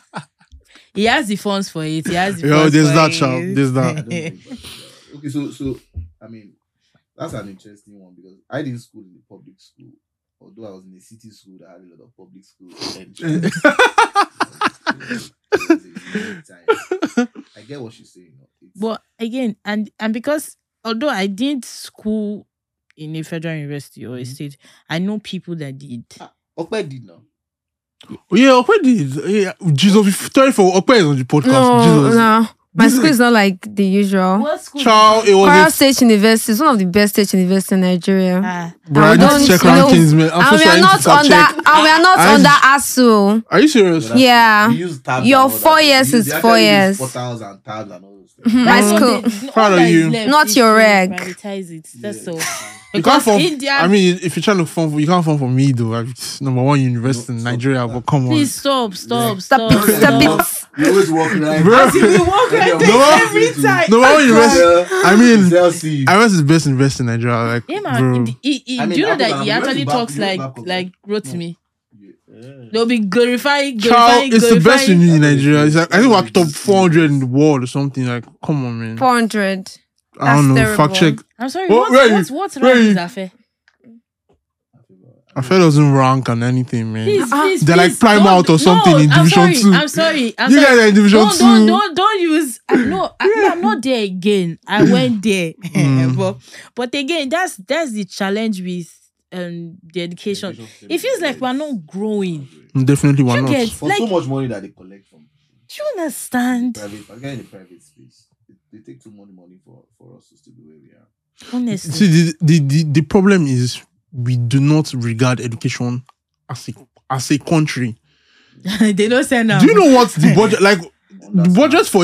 B: He has the funds for it. He has the
C: Yo,
B: funds
C: there's
B: for
C: that,
B: it.
C: child. There's
A: I
C: that.
A: don't think that's right. Okay, so so I mean that's an interesting one because I didn't school in a public school, although I was in a city school that had a lot of public school. entrance. It was a weird time. I get what she's saying. though. It's-
B: But again, and and because although I didn't school in a federal university or a
A: Mm-hmm.
B: state, I know people that did.
A: Okpe did now.
C: Yeah, Okwe did. Yeah, Jesus, we sorry for Okwe is on the podcast.
D: No,
C: Jesus.
D: no. My
C: Jesus. Oh,
D: school is not like the usual.
B: What school?
C: Child, it was
D: Kwara
C: a
D: State University is one of the best state universities in Nigeria.
B: Ah,
C: Bro, I
D: And we
C: need to
D: don't
C: check
D: know-
C: rankings, man. I'm so
D: and we
C: sorry, I
D: are
C: need to
D: not
C: fact
D: under
C: check.
D: and we are not
C: I-
D: under ASU.
C: Are you serious?
A: that's-
D: Yeah.
A: we use tabs
D: Ah, Your
A: and all
D: four
A: that.
D: years
A: We-
D: is
A: they actually
D: four
A: use
D: years. Mm-hmm.
A: Portals and tabs and all those things.
D: My
B: all
D: school.
B: they- all
C: Proud of
B: that is
C: you.
B: left
D: Not
B: is
D: your
B: to
D: reg.
B: Privatize it. That's
A: Yeah.
B: all.
C: You can't
B: Because
C: form,
B: India.
C: I mean, if you're trying to form, you can't form for me though. I'm number one university in
A: No, so-
C: Nigeria, but come on.
B: please stop, stop,
D: Stop
B: stop.
D: it, stop
B: stop.
D: it.
A: You always walk right.
C: Bro.
B: As if you walk
A: Yeah.
B: like this
C: No,
B: every time.
C: number one university. I mean,
A: Chelsea.
C: I was the best investor in Nigeria. Like,
B: Yeah,
C: bro.
B: man. He, he,
A: I mean,
B: do you know
A: Apple
B: that
A: can-
B: he
A: you know the
B: actually
A: back-
B: talks
A: you know the
B: like
A: back of it.
B: like wrote to
A: No.
B: me?
A: Yeah.
B: They'll be glorifying,
C: Chow,
B: glorifying,
C: it's the best
B: glorifying.
C: uni in Nigeria. It's like, I think we're top 400 in the world or something. Like, come on, man.
D: Four hundred.
C: I don't know.
D: That's
C: Fact check.
D: terrible.
B: I'm sorry.
C: Wha-
B: What,
C: where
B: what,
C: you-
B: what's what's
C: where
B: wrong
C: you-
B: with Afe?
C: I feel doesn't rank and anything, man.
B: Please,
D: Ah,
B: please,
C: they're like
B: please,
C: prime
B: don't-
C: out or something
B: no,
C: in
B: I'm
C: Division
B: sorry,
C: Two.
B: I'm sorry. I'm
C: you
B: sorry.
C: guys are in Division
B: Don't,
C: 2.
B: don't, don't, don't use. I, no, I, no, I'm not there again. I went there,
C: Mm.
B: but but again, that's that's the challenge with um the education. It feels like we're not growing.
C: Definitely
B: Do
C: we're
B: you
C: not.
B: get
A: For
B: like?
A: so
B: Do
A: much money that they collect from
B: you understand?
A: private, again in the private space, they, they take too much money for, for us to still be where we are.
B: Honestly,
C: See, the, the, the, the problem is we do not regard education as a, as a country.
B: they don't send out.
C: Do you know what the budget, like,
A: Understand?
C: budget for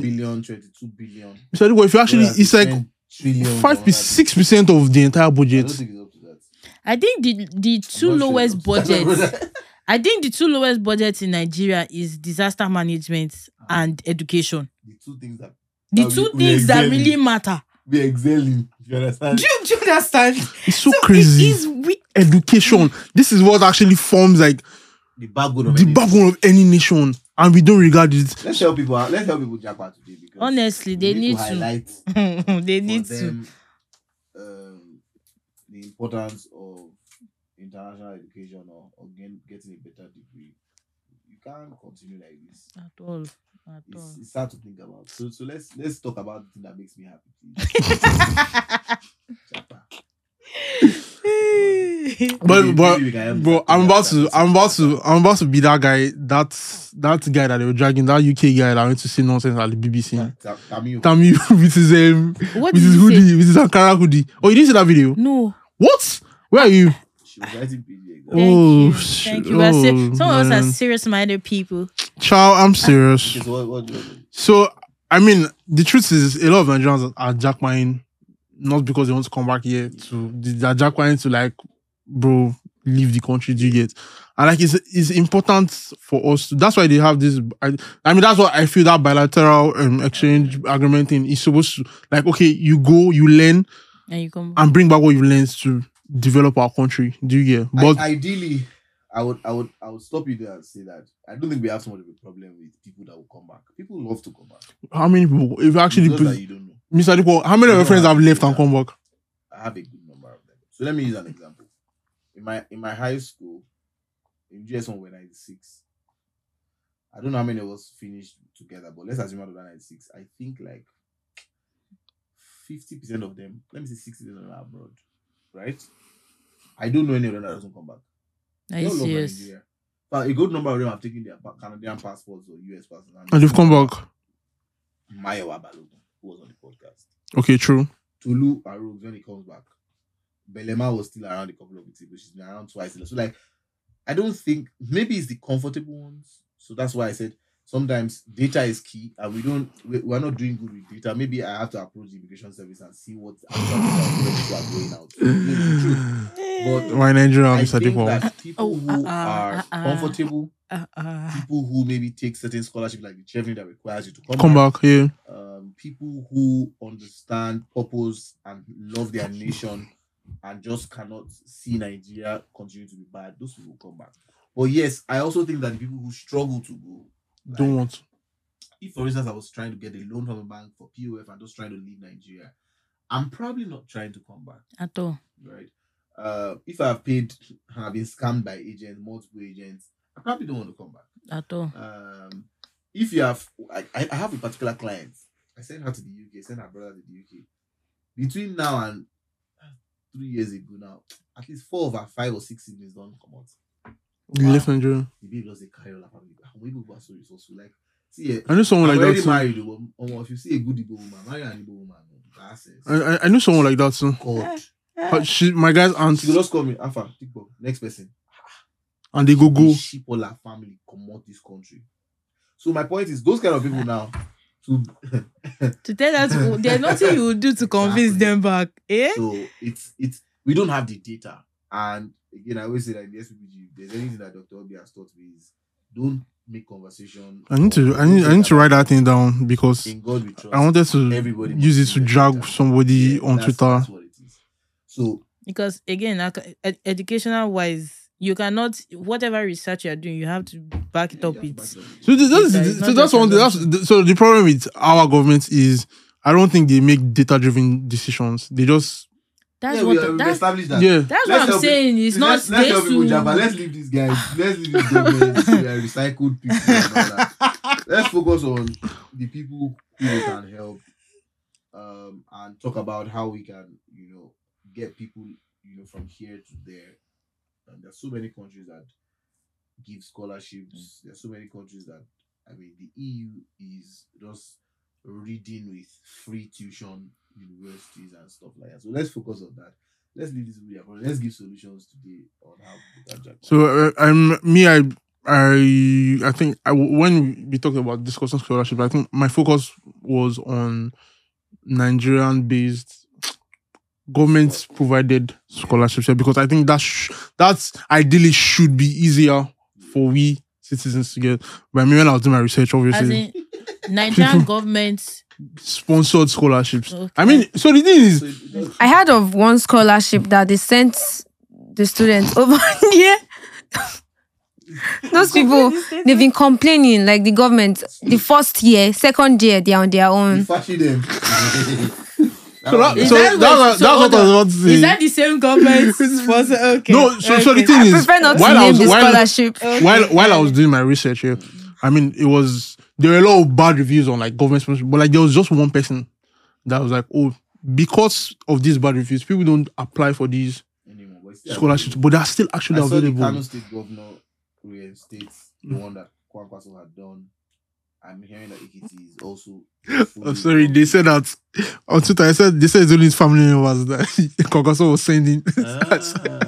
A: 24 billion, 22 billion.
C: so if you actually,
A: Whereas
C: it's
A: we
C: like
A: spend trillions
C: five
A: on
C: to
A: that.
C: six percent of the entire
A: I
C: budget.
A: don't think it's up to that.
B: I think the the two
A: I'm not sure
B: lowest
A: it's up to that.
B: budgets. I think the two lowest budgets in Nigeria is disaster management
A: Ah.
B: and education.
A: the two things that
B: The
A: That we-
B: two
A: we
B: things
A: excel
B: that
A: in.
B: really matter.
A: we excel in. You understand?
B: Do you, do you understand?
C: It's so,
B: it
C: crazy.
B: is we-
C: Education. This is what actually forms like
A: the backbone of
C: the
A: anything.
C: backbone of any nation, and we don't regard it.
A: Let's help people. out. Let's help people jack out today because
B: Honestly,
A: we
B: they need
A: to
B: to.
A: highlight
B: they
A: for
B: need to.
A: them um, the importance of international education or, or gain, getting a better degree. You can't continue like this.
B: At all. At all.
A: It's, it's hard to think about. So so let's let's talk about the thing that makes me happy. please. Japa.
C: But
A: Maybe-
C: but
A: maybe we can help
C: bro,
A: people
C: I'm about
A: understand
C: to
A: this.
C: I'm about to I'm about to be that guy. That's that guy that they were dragging. That UK guy that went to say nonsense at the BBC.
A: Ta- Ta- Tamil.
C: Tammy with his um,
B: What did
C: with his
B: you say?
C: hoodie, with his Ankara hoodie. Oh, you didn't see that video?
B: No.
C: What? Where are you?
A: She was writing PG exam.
B: Thank
C: Oh,
B: you.
C: sh-
B: Thank you. We are se-
C: oh,
B: some of us
C: man.
B: are serious minded people.
C: Child, I'm serious.
A: Okay, so what, what do you think?
C: So, I mean, the truth is, a lot of Nigerians are jackmining not because they want to come back here to they're jackmining to like, bro, leave the country. Do you get? And like, it's it's important for us. To, that's why they have this. I, I mean, that's why I feel that bilateral um, exchange agreement thing is supposed to like, okay, you go, you learn,
B: And you come.
C: and bring back what you've learned to develop our country. Do you get? But
A: I, ideally, I would, I would, I would stop you there and say that I don't think we have so much of a problem with people that will come back. People love to come back.
C: how many people? If you actually,
A: It's just that
C: put,
A: you don't know.
C: Mr. Dikwo, how many of your
A: Yeah.
C: friends have left and come back?
A: I have a good number of them. So let me use an example. In my in my high school, in GS one we're ninety six. I don't know how many of us finished together, but let's assume out of that ninety six, I think like fifty percent of them. Let me say sixty percent are abroad, right? I don't know any of them that doesn't come back.
B: Are
A: They
B: you
A: all love
B: serious?
A: Nigeria. But a good number of them have taken their pa- Canadian passports or US passports.
C: And they've come back.
A: Mayowa Balogun, who was on the podcast.
C: Okay, true.
A: Tolu Arogs, when he comes back, Belema was still around a couple of weeks ago. She's been around twice. So like, I don't think maybe it's the comfortable ones. So that's why I said sometimes data is key, and we don't we, we are not doing good with data. Maybe I have to approach the immigration service and see what actual people are going out. It's the truth.
B: Eh,
A: But
C: My Nigerian
A: I
C: Um, Mr.
A: think
C: Dipo.
A: that people
B: Oh,
A: who
B: uh-uh,
A: are
B: uh-uh.
A: comfortable,
B: Uh, uh,
A: people who maybe take certain scholarship like the Chevening that requires you to come,
C: Come back, yeah.
A: um, people who understand purpose and love their nation and just cannot see Nigeria continue to be bad, those people will come back. But yes, I also think that the people who struggle to go, like,
C: Don't want. to.
A: if for instance I was trying to get a loan from a bank for POF and just trying to leave Nigeria, I'm probably not trying to come back
B: at all.
A: right? Uh, if I've paid, I've been scammed by agents, multiple agents, I probably don't want to come back.
B: At all.
A: Um, if you have, I, I I have a particular client. I sent her to the UK, I sent her brother to the UK. Between now and uh, three years ago now, at least four of our five or six siblings don't come out.
C: You left Nigeria.
A: The baby does a carry on our family. And We people are so resourceful. Like, see, eh,
C: I knew someone
A: I'm
C: like
A: already
C: that. Too.
A: married. oh, but, um, if you see a good Igbo woman, marry an Igbo woman. oh, That's it.
C: I, I I knew someone like that too.
A: God.
C: But she, my guys, aunt,
A: She could just call me, Alpha, Tikbo, next person.
C: and they go go.
A: we ship all our family come out this country. So my point is, those kind of people now, to
B: To tell that people, there's nothing you will do to convince
A: Exactly.
B: them back. Eh?
A: so it's it's we don't have the data. And again, I always say that in the SPPG, if there's anything that Dr. Obi has taught me is don't make conversation.
C: I need to I need I need to write that thing down because
A: In God we trust.
C: I wanted to
A: everybody must
C: use it to
A: be
C: drag
A: data.
C: somebody
A: Yeah,
C: on
A: that's-
C: Twitter.
A: That's what it is. So
B: Because again, ac- ed- educational wise, you cannot whatever research you're doing, you have to back it up
A: yeah,
B: with
C: So th- that's
B: It's like
C: so
B: not
C: that's
B: just
C: one. That's
B: random.
C: th- so the problem with our government is I don't think they make data driven decisions. They just
B: that's
A: yeah, we,
B: what
A: are- we've
B: that's, that's
A: established that.
C: yeah.
B: what
A: Let's
B: I'm
A: help it.
B: saying. It's not
A: let's, let's help
B: they
A: people,
B: should-
A: Jabba. Let's leave these guys. Let's leave these governments. we are recycled people. And all that. Let's focus on the people who we can help, um, and talk about how we can, you know, get people, you know, from here to there. And there's so many countries that give
C: Mm.
A: scholarships. There's so many countries that, I mean, the EU is just reading with free tuition universities and stuff like that. So let's focus on that let's leave this video. But let's give solutions today on how we can jack.
C: So uh, I'm me. I I I think I, when we talked about discussing scholarship, I think my focus was on Nigerian based government provided scholarships yeah, because I think that sh- that's ideally should be easier for we citizens to get. But I mean, when I was doing my research,
B: as
C: obviously
B: in Nigerian government.
C: sponsored scholarships. I
B: Okay.
C: mean, so the thing is,
A: so it, it does-
D: I heard of one scholarship that they sent the students over here. Those people, they've been complaining, like the government, the first year, second year, they're on their
A: we
D: own.
A: fashion them.
C: so that,
B: Is
C: so
B: that what-
C: that's, what- that's
B: so
C: what I was about to say.
B: Is that the same government? sponsor? okay.
C: No, so- so the
B: okay.
C: thing
D: I
C: is,
D: prefer not to
C: while I
D: name
C: was-
D: the
C: while-
D: scholarship.
B: Okay.
C: while while I was doing my research here, I mean, it was there were a lot of bad reviews on like government sponsorship, but like there was just one person that was like, oh, because of these bad reviews, people don't apply for these
A: anymore, but it's still
C: scholarships,
A: available.
C: but they're still actually
A: I saw the Kano
C: available. Mm.
A: State Governor reinstates the one that Kwan Kwaso had done. I'm hearing that Ikiti is also.
C: I'm Oh, sorry, they said that on Twitter. I said they said it's only his family members that Kogoso was sending.
A: Ah, ah,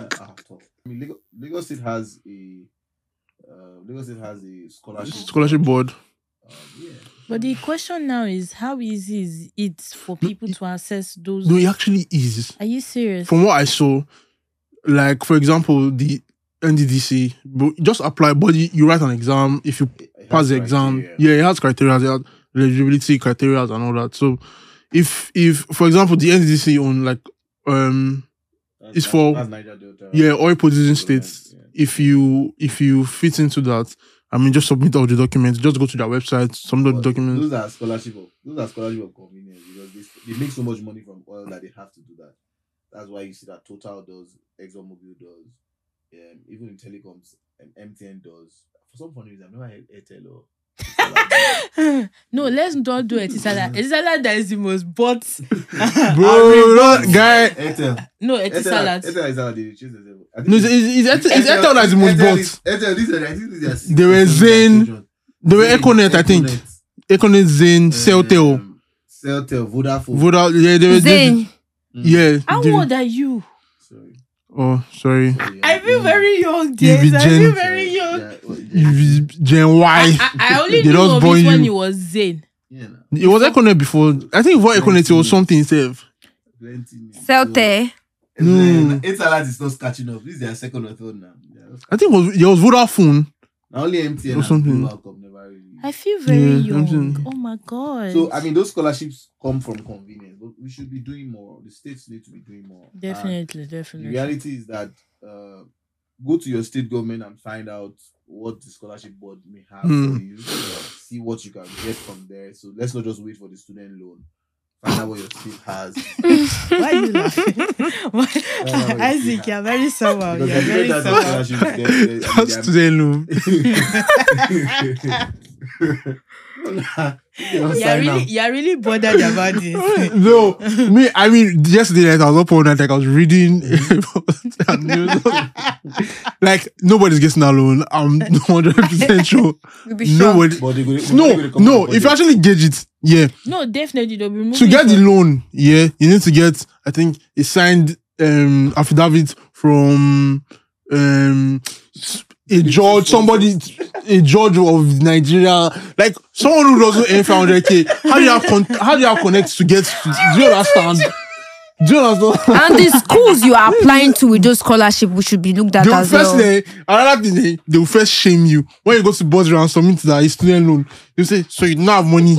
A: tough. I mean, Lagos, Lagos State has a. Uh, Lagos State has a scholarship.
C: Scholarship board.
A: Um, yeah.
B: But the question now is how easy is it for people to access those?
C: No, it actually is.
B: Are you serious?
C: from what I saw, like for example, the NDDC, but just apply, but you, you write an exam. If you
A: It- it
C: pass
A: has
C: the exam,
A: criteria.
C: yeah, it has criteria, it has eligibility criteria and all that. So, if if for example the NDDC on like um
A: That's-
C: it's
A: that's-
C: for-
A: that's Niger Delta.
C: yeah oil producing states,
A: Yeah.
C: if you if you fit into that, I mean just submit all the documents. Just go to their website, submit all the
A: But
C: documents.
A: Those are scholarship of those are scholarship of convenience because they, they make so much money from oil that they have to do that. That's why you see that Total does, ExxonMobil does, um, even in telecoms, um, MTN does. For some funny reason, I've never heard Airtel or.
B: no, let's not do it. Etisala. Etisala that is the most bought.
C: Bro, that guy.
A: Airtel.
B: No,
A: Airtel,
B: Etisalat.
A: Airtel is how they change themselves. I think
C: No, it's, it's, it's, it's Airtel that's the most
A: Airtel is-
C: bought.
A: Airtel, these are- I think these are six
C: They were
A: different
C: Zain,
A: versions.
C: They were
A: Zain,
C: Econet, I think.
A: Econet,
C: Econet, Zain, Celtel.
A: um, Celtel, Vodafone.
C: Uh, Voda, yeah, they were, they-
D: Zayn,
A: Mm.
C: yeah.
B: How
C: they-
B: old are you?
A: So
C: Oh, sorry.
B: I feel very young,
C: You be
B: James. I feel
C: gen-
B: very young.
A: Yeah, well, yeah,
C: If it's Gen Y.
B: I, I only
C: They
B: knew
C: just
B: of
C: born
B: it when
C: you.
B: it was Zayn.
A: yeah, nah,
C: It was Ekone before. I think before Ekone, it was something safe.
A: plenty. man. So, eh,
D: Celte.
C: Hmm.
A: then, Etihad is not catching up. This is their second or third now. Yeah, that's-
C: I think it was, it was Vodafone.
A: Now only MTN
C: Or
A: and
C: something.
A: Global Cup never really-
B: I feel very
C: Yeah, I'm
B: young.
C: saying-
B: Oh my god.
A: So I mean, those scholarships come from convenience, but we should be doing more. The states need to be doing more. And
B: definitely,
A: the
B: definitely.
A: reality is that uh, go to your state government and find out what the scholarship board may have
C: Hmm.
A: for you. See what you can get from there. So let's not just wait for the student loan. Find out what your state has.
B: Why are you laughing? Why-
A: yeah,
B: Isaac,
A: yeah.
B: you're very sober. You're
A: Because I
B: very
A: heard that the
B: sober.
A: scholarship is there, there, and
C: That's today, no.
A: they are-
B: You're really, you're really bothered about this.
C: No, me. I mean, yesterday night I was up all night. Like I was reading, and it was- like nobody's getting a loan. I'm 100 percent sure.
D: You'll be sure.
C: Nobody.
A: But they go- they go-
C: No,
A: they go come
C: no.
A: up with
C: If you
A: it.
C: actually gauge it, yeah.
B: no, definitely they'll be removing
C: to get
B: it
C: the
B: from-
C: loan, yeah, you need to get, I think, a signed um, affidavit from um, a judge, somebody, a judge of Nigeria, like someone who doesn't earn 500k. How do you have con- how do you have connects to get? To, do you understand? Do you understand?
D: And the schools you are applying to with those scholarship, we should be looked at
C: They will
D: as
C: first,
D: well.
C: eh, another thing, eh, they will first shame you when you go to Bosnia and submit that it's student loan. You say, so you don't have money.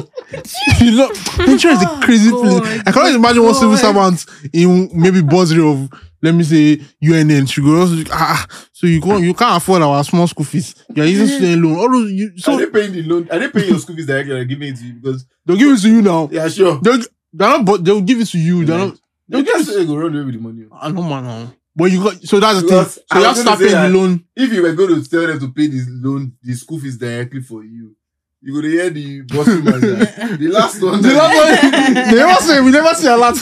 C: you know, Nigeria is a crazy
B: God.
C: place. I cannot imagine one civil servant in maybe Bosnia of let me say UNN. She goes, ah, so you go, you can't afford our small school fees. You're using student loan. All those, you,
A: are
C: so
A: they paying the loan? Are they paying your school fees directly or giving it to you? Because
C: they'll give it to you now.
A: yeah, sure.
C: They'll, they're not, but they'll give it to you. They're not.
A: They just say go run away with the money.
C: I don't man now. But you got so that's the thing.
A: Because
C: So
A: I
C: you
A: was
C: have to
A: gonna
C: start
A: say
C: paying the
A: that-
C: loan.
A: If you were going to tell them to pay this loan, the school fees directly for you, you would hear the boss woman that, the last one.
C: they
A: that-
C: never, they never say we never see a lot.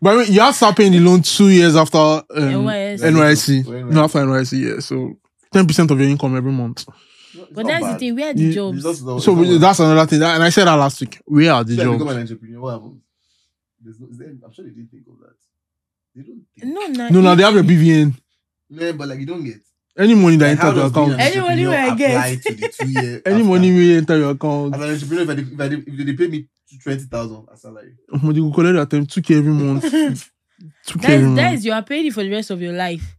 C: but I mean, you have to start paying the loan two years after um,
B: NYSC.
C: NYC.
A: For
C: No, after NYC, yeah. So ten percent of your income every month.
A: No, it's
B: But
A: not
B: that's
A: bad.
B: the thing. Where are the
C: You-
A: It's
B: jobs?
A: just not-
C: So
A: it's
C: we,
A: not
C: that's another thing. That- and I said that last week. Where are the
A: bad. Should I become an
C: jobs?
A: entrepreneur. What happens? There's no, is there, I'm sure they didn't think of that. They don't think.
B: No, no,
C: No, no, they have a BVN.
A: Man, but like you don't get.
C: Any money that
A: Like, how
C: enters your
A: does being an
C: account,
B: Any money where I
A: entrepreneur apply
B: get.
A: to the two year
C: any
A: after?
C: money we enter your
A: As
C: account,
A: an entrepreneur, if, I, did- if, I, did- if they pay me twenty thousand as salary,
C: they will collect at them two k every month. Two k
B: That
C: every
B: is,
C: month.
B: that is you are paid it for the rest of your life.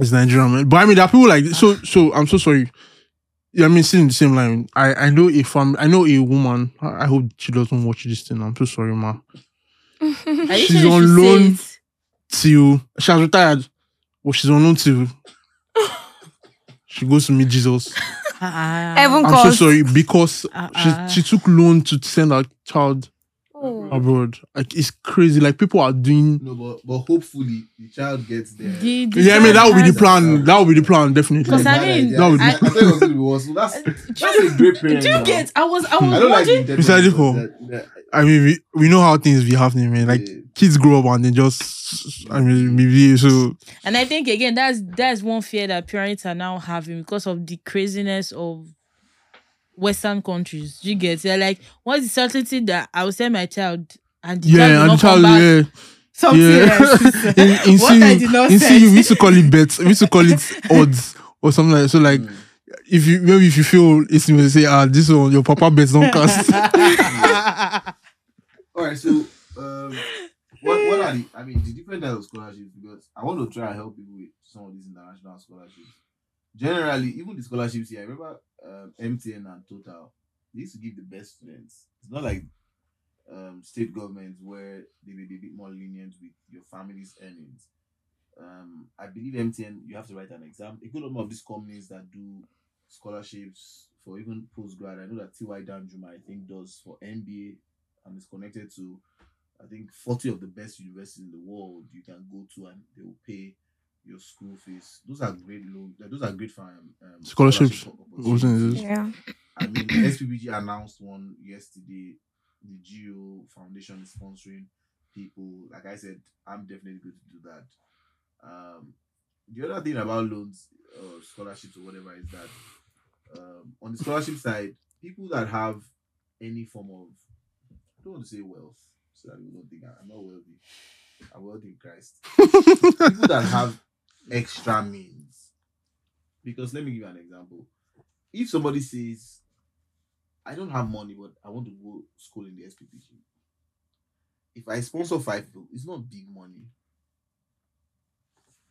C: It's Nigerian, man. But I mean, there are people like so. So I'm so sorry. Yeah, I mean, still in the same line. I I know a fam. I know a woman. I I hope she doesn't watch this thing. I'm so sorry, ma.
B: Are you sure
C: She's
B: you
C: on
B: should say
C: loan.
B: it?
C: Till she has retired, but she's on loan till she goes to meet Jesus.
B: Ah, ah.
D: Heaven
C: I'm so
D: calls.
C: sorry because
B: Uh-uh.
C: she she took loan to send her child
D: Oh.
C: abroad. Like it's crazy. Like people are doing.
A: no, but but hopefully the child gets there.
B: The- the
C: Yeah, I mean that would be the
B: child
C: plan. That would be the plan, definitely.
B: Because I mean,
A: that would be.
B: I-
A: I thought it was gonna be worse. So that's
B: has-
A: that's a great
B: Do you,
A: parent.
B: do
A: now.
B: you get? I was, I
C: Hmm.
A: I
B: was
A: don't like
B: watching.
A: the
C: Mr. Adepo. I mean, we, we know how things be happening, man. Like kids grow up and they just I mean maybe so
B: And I think again, that's that's one fear that parents are now having because of the craziness of Western countries. Do you get? They're like, what's the certainty that I will send my child and the child will
C: yeah, and
B: not come
C: child
B: back?
C: yeah
B: Something
C: yeah. in in
B: What I
C: CU,
B: did not
C: in
B: say.
C: CU, we used to call it bets, we used to call it odds or something like so. Like
B: Mm.
C: if you maybe if you feel it's you say ah this one your papa bets don't cast.
B: else.
A: All right, so um, what what are the? I mean, the different types of scholarships because I want to try and help people with some of these international scholarships. Generally, even the scholarships here, I remember um, MTN and Total. They used to give the best students. It's not like um, state governments where they may be a bit more lenient with your family's earnings. Um, I believe MTN, you have to write an exam. A good number of these companies that do scholarships for even postgrad. I know that TY Danjuma, I think, does for MBA and is connected to, I think, 40 of the best universities in the world you can go to and they will pay your school fees. Those are great loans. Those are great for um, um,
C: Scholarships.
A: scholarship
C: Wasn't it?
D: Yeah.
A: I mean, SPBG announced one yesterday. The Geo Foundation is sponsoring people. Like I said, I'm definitely going to do that. Um, the other thing about loans or scholarships or whatever is that um, on the scholarship side, people that have any form of, I don't want to say wealth, so that people don't think I- I'm not wealthy, I world in Christ. People that have extra means. Because let me give you an example. If somebody says, I don't have money, but I want to go school in the SPPG. If I sponsor five people, it's not big money.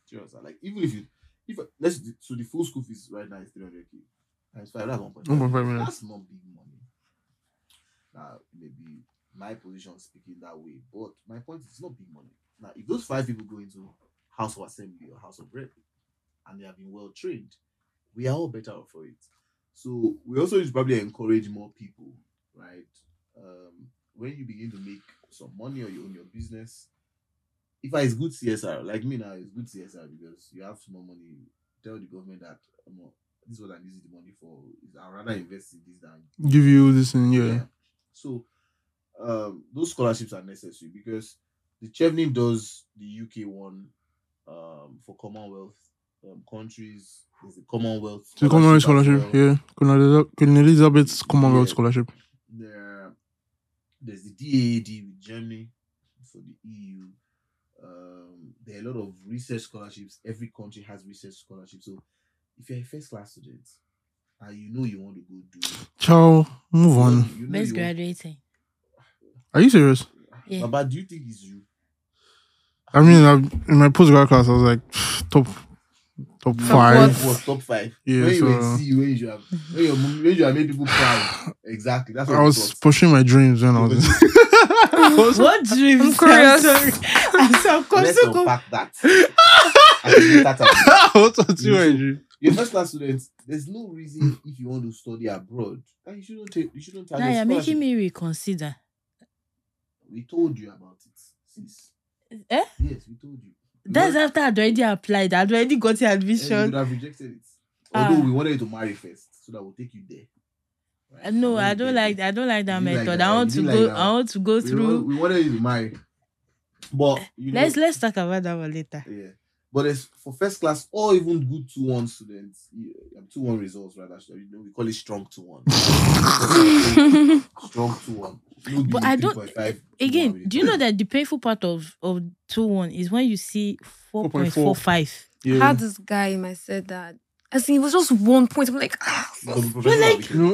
A: Do you understand? Like even if you if let's so the full school fees right now is 300 k times five, that's one point
C: One point five million.
A: that's not big money. Now, maybe my position speaking that way, but my point is it's not big money. Now, if those five people go into House of Assembly or House of Rep and they have been well trained, we are all better off for it. So, we also should probably encourage more people, right? Um, when you begin to make some money or you own your business, if I is good CSR, like me now, it's good CSR because you have small money, you tell the government that "Omo, this is what I'm using the money for. I'd rather invest in this than
C: Give you this in yeah.
A: so um, those scholarships are necessary because the Chevening does the UK one um, for Commonwealth um, countries. There's the Commonwealth.
C: The Commonwealth
A: as
C: Scholarship,
A: well.
C: yeah. Queen Eliza- Queen Elizabeth's Commonwealth
A: Yeah.
C: Scholarship.
A: There, there's the DAAD with Germany for the EU. Um, there are a lot of research scholarships. Every country has research scholarships. So if you're a first class student and you know you want to go do,
C: Ciao, move on.
A: you know
B: Best
A: you want-
B: graduating.
C: Are you serious?
B: Yeah.
A: Baba, do you think it's you?
C: I mean, I, in my postgrad class, I was like top, top
D: what?
C: five.
A: What was top five?
C: Yeah,
A: when you were in
C: so-
A: C, when you have, when you when you have made people proud. Exactly. That's what
C: I was pursuing my dreams when I was. in- I was-
B: What dreams? I'm
D: curious.
B: sorry. I'm so
A: Let's
B: so com-
A: unpack that. I think that has-
C: I was pursuing my dream.
A: You're first class students. There's no reason if you want to study abroad that you shouldn't take. You shouldn't have.
B: Now
A: a
B: you're making
A: scholarship.
B: me reconsider.
A: We told you about it. sis.
B: Eh?
A: Yes, we told you. We
B: That's
A: want-
B: after I'd already applied. I'd already got the
A: and you would
B: admission.
A: have rejected it. Although
B: Ah.
A: we wanted you to marry first, so that we'll take you there.
B: Uh,
A: Right?
B: No,
A: And when
B: I
A: you
B: don't
A: get
B: like.
A: there-
B: I don't like that
A: You like
B: method.
A: that,
B: I want
A: you
B: to
A: like
B: go.
A: that.
B: I want to go
A: we, want,
B: through.
A: we wanted you to marry, but you know,
B: Let's let's talk about that one later.
A: Yeah. But it's for first class or even good 2 1 students, um, two 1 results, rather. should I- You know, we call it strong 2 1. strong 2 1.
B: But I don't- eh, Again, do you know that the painful part of of two one is when you see four point four five?
D: How
C: Yeah.
D: this guy in my said that? I think it was just one point. I'm like, ah,
C: No,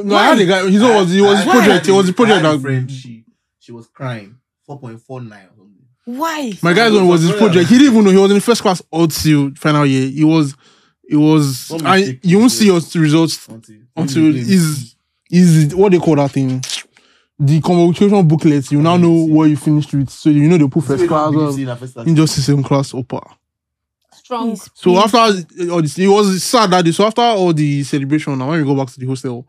C: no, I had a guy. He's
A: I-
C: was. He was
A: I-
C: his
A: I
C: project.
A: had
C: It was his
A: a- I had
C: project.
A: a
C: that-
A: friend, she, she was crying. 4.49 or something.
B: Why?
C: My guy's one was his project. He didn't even know he was in first class all till final year. He was, it was.
A: One
C: I,
A: mistake.
C: you won't see your results.
A: Until,
C: Until is is what they call that thing, the convocation booklet. You now know where you finished with, so you know they put first class, uh, or injustice second class, upper.
D: strong.
B: Please,
C: So
B: please.
C: after all this, it was sad that day. So after all the celebration, now when we go back to the hostel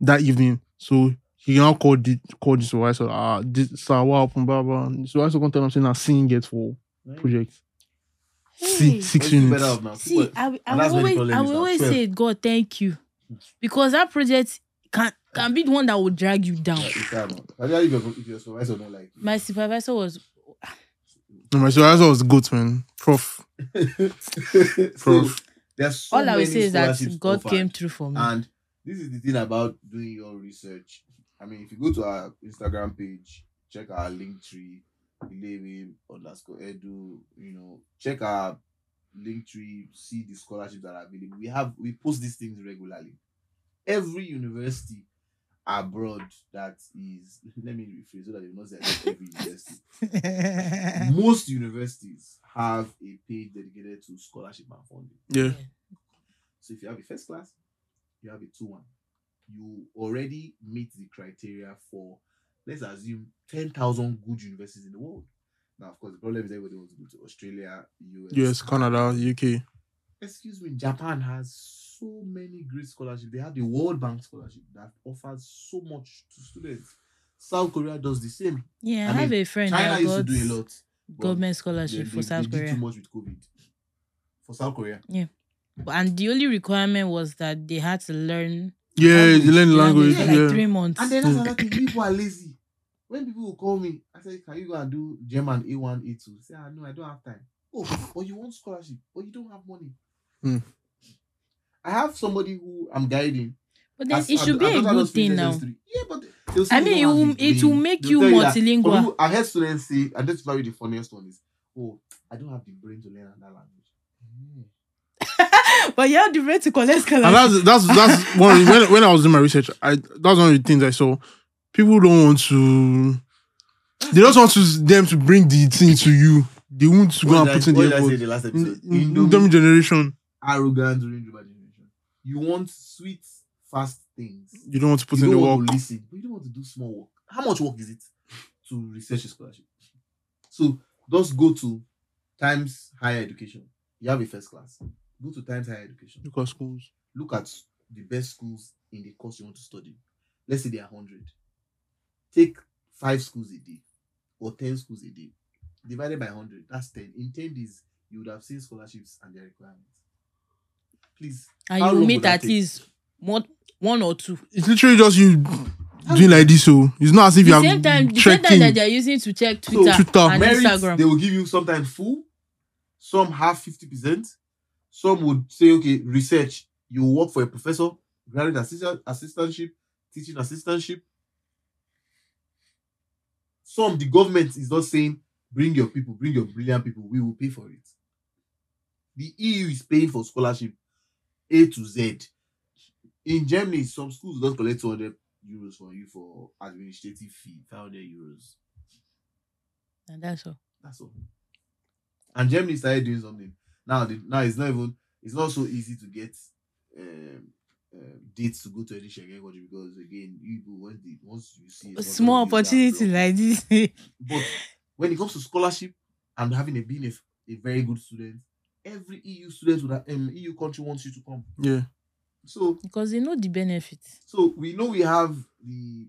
C: that evening, so he now called the called the supervisor. Ah, this sir, what happened? Blah blah. And the supervisor come tell him saying, "I'm seeing it for project
B: Hey.
C: six, six units."
B: See, I, will- I
A: And that's
B: will
A: when the problem is
B: always, I will
A: now.
B: always
A: Twelve.
B: say, God, thank you, because that project can can be the one that will drag you down.
A: if your, if your supervisor don't like you.
B: My supervisor was
C: No, my supervisor was good, man. Prof,
A: so,
C: prof.
A: there's so
B: all I will
A: many
B: say is that
A: scholarships
B: God
A: offered.
B: came through for me.
A: And this is the thing about doing your research. I mean, if you go to our Instagram page, check our link tree, Ilewim underscore edu, you know, check our link tree, see the scholarships that are available. We have we post these things regularly. Every university abroad that is let me rephrase so that you not say I said every university. Most universities have a page dedicated to scholarship and funding.
C: Yeah.
A: So if you have a first class, you have a two one. You already meet the criteria for let's assume ten thousand good universities in the world. Now, of course, the problem is everybody wants to go to Australia, US,
C: US, Canada, UK.
A: Excuse me, Japan has so many great scholarships. They have the World Bank scholarship that offers so much to students. South Korea does the same.
B: yeah,
A: I
B: I,
A: mean,
B: have a friend
A: China
B: that
A: used to
B: got
A: do a lot. but
B: government
A: they- they-
B: scholarship for South
A: they did
B: Korea,
A: too much with COVID. For South Korea,
B: and the only requirement was that they had to learn
C: Yeah,
A: Language.
C: you learn the language.
B: language for like
C: Yeah.
B: three months.
A: And
C: Mm.
A: then that's another thing. People are lazy. When people will call me, I say, "Can you go and do German A one, A two? Say, ah, "No, I don't have time." Oh, or you want scholarship, or you don't have money.
C: Hmm.
A: I have somebody who I'm guiding.
B: but then
A: As-
B: it
A: I-
B: should be
A: I
B: a
A: don't have
B: good
A: those
B: thing
A: feelings
B: now.
A: as three. Yeah, but they'll say
B: I
A: they
B: mean, it
A: don't have
B: will
A: the
B: it will
A: brain.
B: make
A: They'll
B: you
A: tell that. But
B: multilingual.
A: people- I heard students say, and that's probably the funniest one is oh, I don't have the brain to learn another language. Mm. "Oh,
B: But you have the right to collect
C: And
B: scholarship.
C: that's that's that's one of the- when when I was doing my research, I that's one of the things I saw. People don't want to. They just want to, them to bring the thing to you. They won't go
A: What
C: and
A: did I-
C: put in
A: what
C: the
A: did I say
C: effort.
A: in the last
C: In-
A: episode?
C: in-
A: Indomie
C: Indomie generation,
A: arrogant during Yoruba generation. You want sweet, fast things.
C: you don't want to put
A: you
C: in
A: don't
C: the
A: want
C: work.
A: to listen. But you don't want to do small work. How much work is it to research a scholarship? So just go to Times Higher Education. You have a first class. Go to Times Higher Education.
C: Look at schools.
A: Look at the best schools in the course you want to study. Let's say there are 100. Take five schools a day or 10 schools a day. Divided by 100, that's 10. In 10 days, you would have seen scholarships and their requirements. Please.
B: And
A: how
B: you
A: long
B: meet
A: would that
B: at
A: take?
B: least one, one or two.
C: It's literally just you doing like this. So it's not as if you
B: the
C: are
B: same time, the same time
C: checking.
B: that they're using to check
A: So,
B: Twitter,
C: Twitter.
B: and
A: merit,
B: Instagram.
A: they will give you sometimes full, some half fifty percent. Some would say, okay, research. You work for a professor, graduate assistant, assistantship, teaching assistantship. Some the government is not saying, bring your people, bring your brilliant people. We will pay for it. The EU is paying for scholarship, A to Z. In Germany, some schools don't collect two hundred euros for you for administrative fee, five hundred euros.
B: and that's all.
A: That's all. And Germany started doing something. Now, the, now it's not even it's not so easy to get um, um dates to go to any Schengen country because again, you people once the once you see
B: A small opportunity
A: like
B: like this.
A: But when it comes to scholarship and having a being a, f- a very good student, every EU student would have, um, EU country wants you to come.
C: Yeah,
A: So
B: because they know the benefit.
A: so we know we have the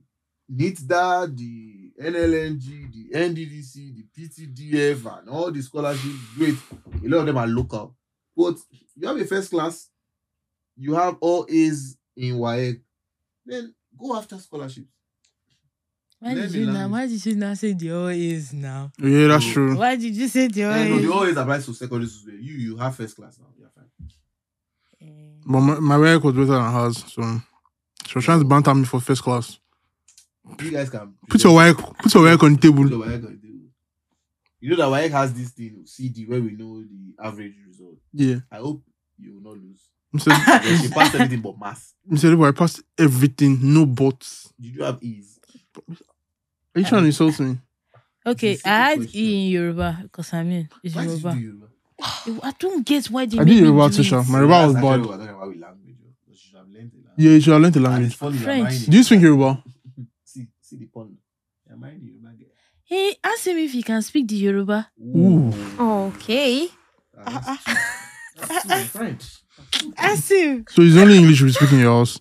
A: NITDA, the NLNG, the NDDC, the PTDF, and all the scholarships. Great. A lot of them are local. But you have a first class, you have all A's in WAEC, then go after scholarships.
B: Why
A: Let
B: did
A: me
B: you
A: learn
B: now?
A: it.
B: Why did you now say the all is now?
C: yeah, that's
A: Oh.
C: true.
B: Why did you say the all
A: And Eh, no, they
B: is?
A: always apply to secondary school. You you have first class now. You're fine.
B: Eh,
C: But my, my work was better than hers, so she was trying to banter me for first class.
A: You guys can
C: Put your work, put your work on the
A: Put
C: table.
A: your WAEC on the table. You know that WAEC has this thing CD where we know the average result.
C: Yeah,
A: I hope you will not lose.
C: Mr.
A: Yeah, she passed everything but math.
C: Mr. Libo, I passed everything, no bots.
A: Did you have E's?
C: Are you trying to insult me?
B: Okay,
A: It's a
B: I had
A: simple
B: E in Yoruba because I mean it's
A: Why did you do
B: Yoruba.
A: Yoruba?
B: I don't get why they
C: I
B: make
C: did
B: me
C: Yoruba
B: do
C: too, sha.
B: it.
C: My Yoruba was
A: That's actually
C: bad.
A: what I don't know about language. oh, But you should have learned it.
C: Yeah, you should have learned the
A: And
C: language.
A: it's funny, you're
B: French.
A: mining.
C: Do you speak Yoruba?
A: See, see the pun. You're mining Yoruba girl.
B: Hey, ask him if he can speak the Yoruba.
C: Ooh.
B: Oh,
D: Okay.
A: Ah, that's- that's too in French.
B: Ask him.
C: So it's only English we speak in your house.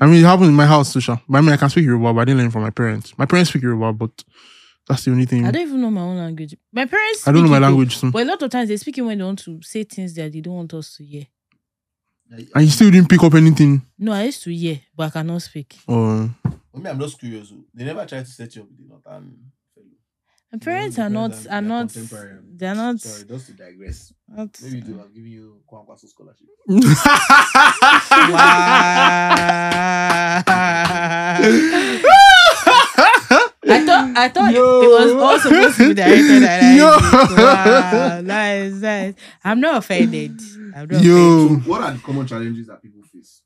C: I mean, it happened in my house too, sha. But I mean, I can speak Yoruba, but I didn't learn from my parents. My parents speak Yoruba, but that's the only thing.
B: I
C: I
B: don't even know my own language. My parents.
C: don't know
B: speak
C: my
B: it, though,
C: language, so.
B: But a lot of times they speak it when they want to say things that they don't want us to hear.
C: And you still didn't pick up anything.
B: No, I used to hear, but I cannot speak.
C: Oh,
A: For me, I'm just curious. oh. They never tried to set you up with the northern fellow.
B: My parents
A: Maybe
B: are not
A: because
B: are
A: I'm-
B: not
A: they're contemporary. um,
B: they're not,
A: Sorry, just to digress.
B: not
A: Maybe they have given you Kwankwaso scholarship.
B: I thought I thought it was all supposed to be directed at
C: Yo.
B: Isaac. Wow, that is nice. I'm not offended. I'm not
C: Yo.
A: So,
C: Oh.
A: what are the common challenges that people face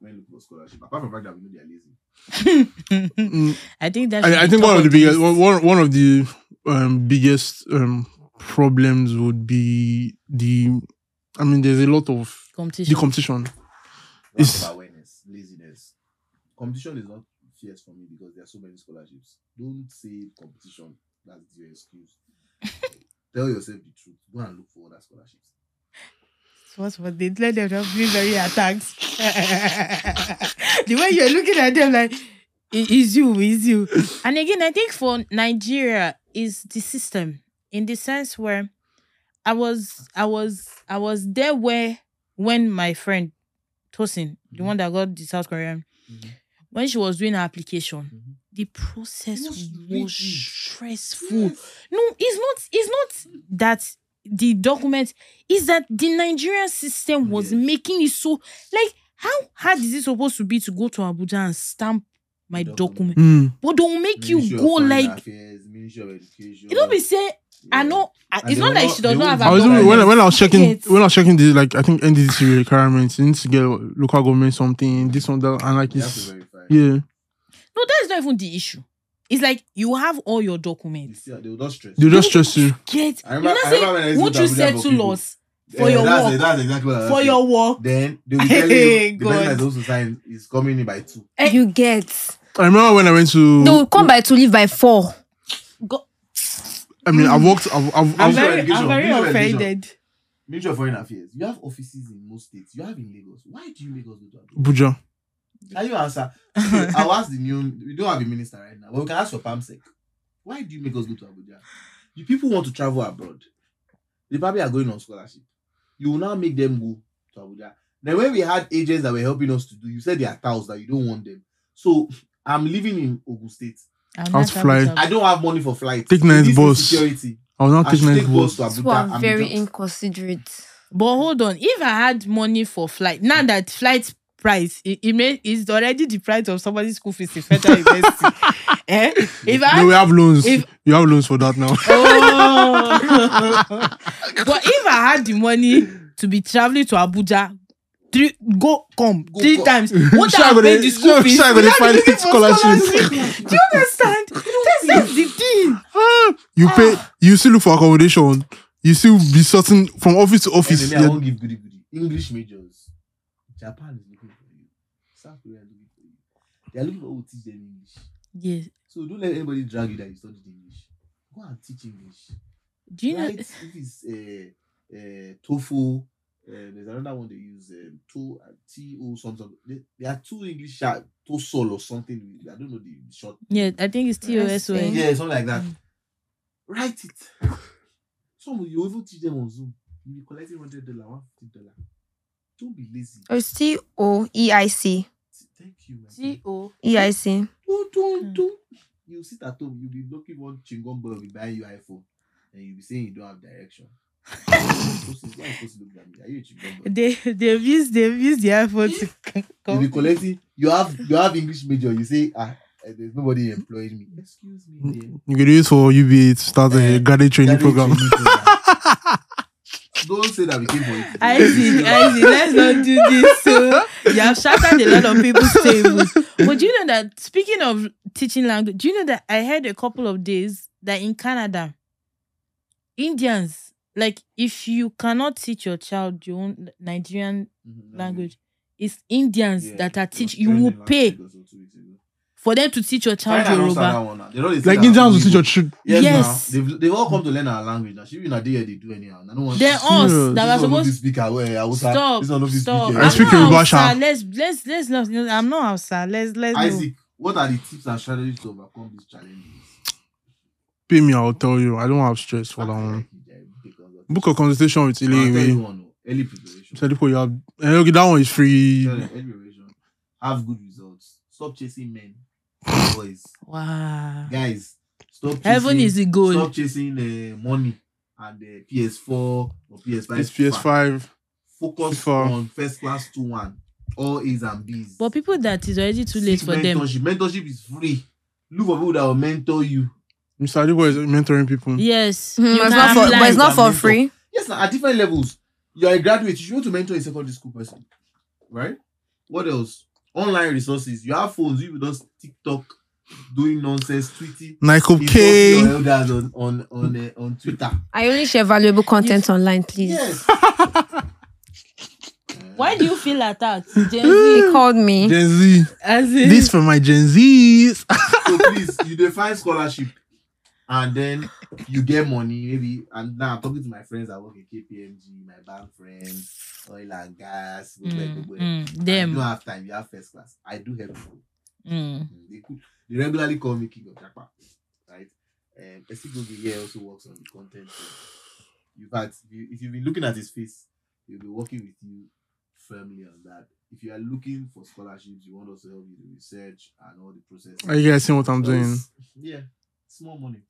A: when looking for scholarship? Apart from the fact that we know they're lazy.
B: offended.
C: Mm,
B: I think that. should
C: I, I
B: be
C: think
B: top
C: one of the biggest
B: list.
C: one, one one of the um, biggest um, problems would be the. I mean, there's a lot of the
B: competition.
C: competition.
A: Lack
C: It's-
A: of awareness, laziness. Competition is not fierce for me because there are so many scholarships. Don't say competition. That's your excuse. Tell yourself the truth. Go and look for other scholarships.
B: What's what they let them not feel very attacked. the way you're looking at them, like it is you, is you. And again, I think for Nigeria is the system in the sense where I was, I was, I was there where when my friend Tosin, the one that got the South Korean,
A: Mhm.
B: when she was doing her application,
A: Mhm.
B: the process
A: It
B: was,
A: was rigid.
B: stressful. No, it's not. It's not that the document is that the Nigerian system was
A: Yes.
B: making it so like how hard is it supposed to be to go to Abuja and stamp my
A: Document.
B: document.
C: Mm.
B: But they'll make
A: Ministry
B: you
A: of
B: go
A: Foreign
B: like
A: Affairs, Ministry of Education.
B: you know be say I know I-
A: And
B: it's
A: they
B: not
A: will
B: like
A: not-
B: she does
A: they
B: not have
A: won't
B: a
C: I was
A: Abdul-
C: even, when, I- when I was checking
B: Yes.
C: when I was checking the like I think NDC requirements, you need to get local government something, this one that and like
A: You have to
C: it's
A: verify.
C: yeah.
B: No, that's not even the issue. It's like you have all your
A: You
B: documents.
A: see, they will not stress.
C: They just stress you.
B: Get
A: I remember- I
B: you know say,
A: remember when I used
B: won't
A: to
B: you
A: do that for
B: settle
A: people.
B: us for
A: Eh,
B: your
A: that's,
B: work?
A: That's exactly what I was
B: for
A: saying.
B: your work?
A: Then they will tell
B: Hey,
A: you the person
B: God.
A: that's supposed to sign is coming in by two.
B: Eh.
D: You get.
C: I remember when I went to
D: They will come by to leave by four.
B: Go-
C: I mean I worked I've, I've,
B: I'm
A: Ministry
C: I've,
A: of Education,
B: very, I'm very
A: Ministry of Education.
B: offended.
A: Ministry of Foreign Affairs. You have offices in most states. You have in Lagos. Why do you Lagos go to Abuja?
C: Abuja.
A: Can you answer? Okay, I'll ask the new. We don't have a minister right now, but we can ask for PAMSEC. Why do you make us go to Abuja? You people want to travel abroad. They probably are going on scholarship. You will now make them go to Abuja. Now, when we had agents that were helping us to do, you said they are thousands that you don't want them. So I'm living in Ogun State.
B: I'm
C: How
B: not
C: to fly.
B: happy to-
A: I don't have money for flights.
C: Take nice bus.
A: Security.
C: I was not
A: I should
C: taking
A: take
C: it
A: bus
C: was
A: to Abuja.
D: People are
A: I'm
D: very
A: just-
D: inconsiderate.
B: But hold on, if I had money for flight, now that flight price it, it may is already the price of somebody's school fees in federal university. eh? If I
C: No, we have loans.
B: if-
C: you have loans for that now.
B: Oh. but if I had the money to be traveling to Abuja, three go come
A: Go
B: three
A: come.
B: times. What
C: Sure, I
B: I
C: go
B: pay
C: dey-
B: the school
C: sure,
B: fees?
C: sure, I go dey
B: without
C: find
B: looking
C: it
B: for
C: scholarships.
B: scholarship. Do you understand? That's, that's the thing.
C: you
B: Ah.
C: pay you still look for accommodation. You still be sorting from office to office.
A: Anyway, I
C: Yeah.
A: won't give goody goody. English majors. Japan is looking for you. South Korea is looking for you. They are looking for who will teach them English.
B: Yes.
A: So don't let anybody drag you that you studied English. Go and teach English.
B: Do you know?
A: Write, if it's uh, uh, TOEFL, uh, there's another one they use, um, to, uh, T-O something. There- There are two English, uh, TOEFL or something. I don't know the short.
B: Yeah, I think it's TOSON.
A: Yeah, something like that.
B: Mm.
A: Write it. Some of you even teach them on Zoom. You'll be collecting $100, $150. Don't be lazy.
D: Or C Oh, O E I C.
A: Thank you, my friend.
B: T O.
D: E I C.
A: Don't,
B: Mm.
A: don't, don't. You sit at home, you'll be looking one chingum boy will be buying you iPhone. And you'll be saying you don't have direction. Why you supposed to- why you supposed to look at me? Are you a chingum boy?
B: They they've used they've used the iPhone to c-
A: You'll be
B: come.
A: collecting you have you have English major, you say ah eh, there's nobody employing me. Excuse me, dear.
C: You can do it for UBA to start a
A: Eh,
C: graduate training
A: Graduate
C: program.
A: training program. Don't say that we came for it.
B: I see, I see. Let's not do this. So you have shattered a lot of people's tables. But do you know that speaking of teaching language, do you know that I heard a couple of days that in Canada, Indians like if you cannot teach your child your own Nigerian
A: Mhm,
B: language, it's Indians
A: Yeah,
B: that are
A: it was
B: teach. You
A: trending
B: will
A: last
B: pay
A: week or so, two weeks ago.
B: for them to teach your child
A: China don't start
B: Yoruba.
A: that one now. They don't dey say
C: like
A: that.
C: Indians will teach your children.
A: Yes, now.
B: Yes.
A: They've, they've all come to learn our language now. She be na there they do anyhow. I don't want
B: They're us
C: Serious.
A: This
B: that were
A: one no
B: supposed
A: fit speak away, Hausa.
B: Stop.
A: This one no fit speak,
B: Stop.
A: eh,
C: I
B: I'm
C: speak
B: not
C: Yoruba,
B: outside.
C: sha.
B: Let's let's let's not. no, I'm not outside. Let's let's. go.
A: Isaac, what are the tips and strategies to overcome these challenges?
C: Pay me, I'll tell you. I don't have stress for that one. Book a consultation with
A: I'll tell you
C: Ile.
A: one, oh, early preparation.
C: Tell people you have. eh, okay, that one is free.
A: Tell them, early preparation. Have good results. Stop chasing men, boys,
B: Wow.
A: guys. Stop. Chasing,
B: Heaven is the goal.
A: Stop chasing uh, money and uh, PS4 or PS5.
C: It's PS5.
A: Focus
C: FIFA.
A: on first class two one, all A's and B's.
B: But people that is already too late
A: Seek
B: for them.
A: mentorship. Mentorship is free. Look for people that will mentor you.
C: Mr. Adibo is mentoring people.
B: Yes.
D: Mm,
B: you
D: but it's
B: can
D: not for,
B: apply.
D: but it's not for
A: Mentor.
D: free.
A: Yes, na, at different levels. You are a graduate. You should want to mentor a secondary school person, right? What else? Online resources. You have phones. You just TikTok, doing nonsense, tweeting.
C: Nike
A: Insult
C: K.
A: your elders on on on, uh, on Twitter.
D: I only share valuable content online, please.
A: Yes.
B: Why do you feel attacked, James?
D: He called me.
C: Gen Z.
B: As in,
C: This for my Gen Zs.
A: so please, you define scholarship, and then you get money. Maybe and now I'm talking to my friends that work at KPMG, my bank friend, oil and gas, go where, go
B: mm,
A: where.
B: mm,
A: You
B: them.
A: don't have time. You have first class. I do help people.
B: Mm.
A: Mm, They, could, they regularly call me King of Jackpot, right? Um, Esigogi here also works on the content. So you've had, if, you, if you've been looking at his face, he'll be working with you firmly on that. If you are looking for scholarships, you want us to help you do research and all the process.
C: Are you guys seeing what I'm doing?
A: Because- Yeah, small money.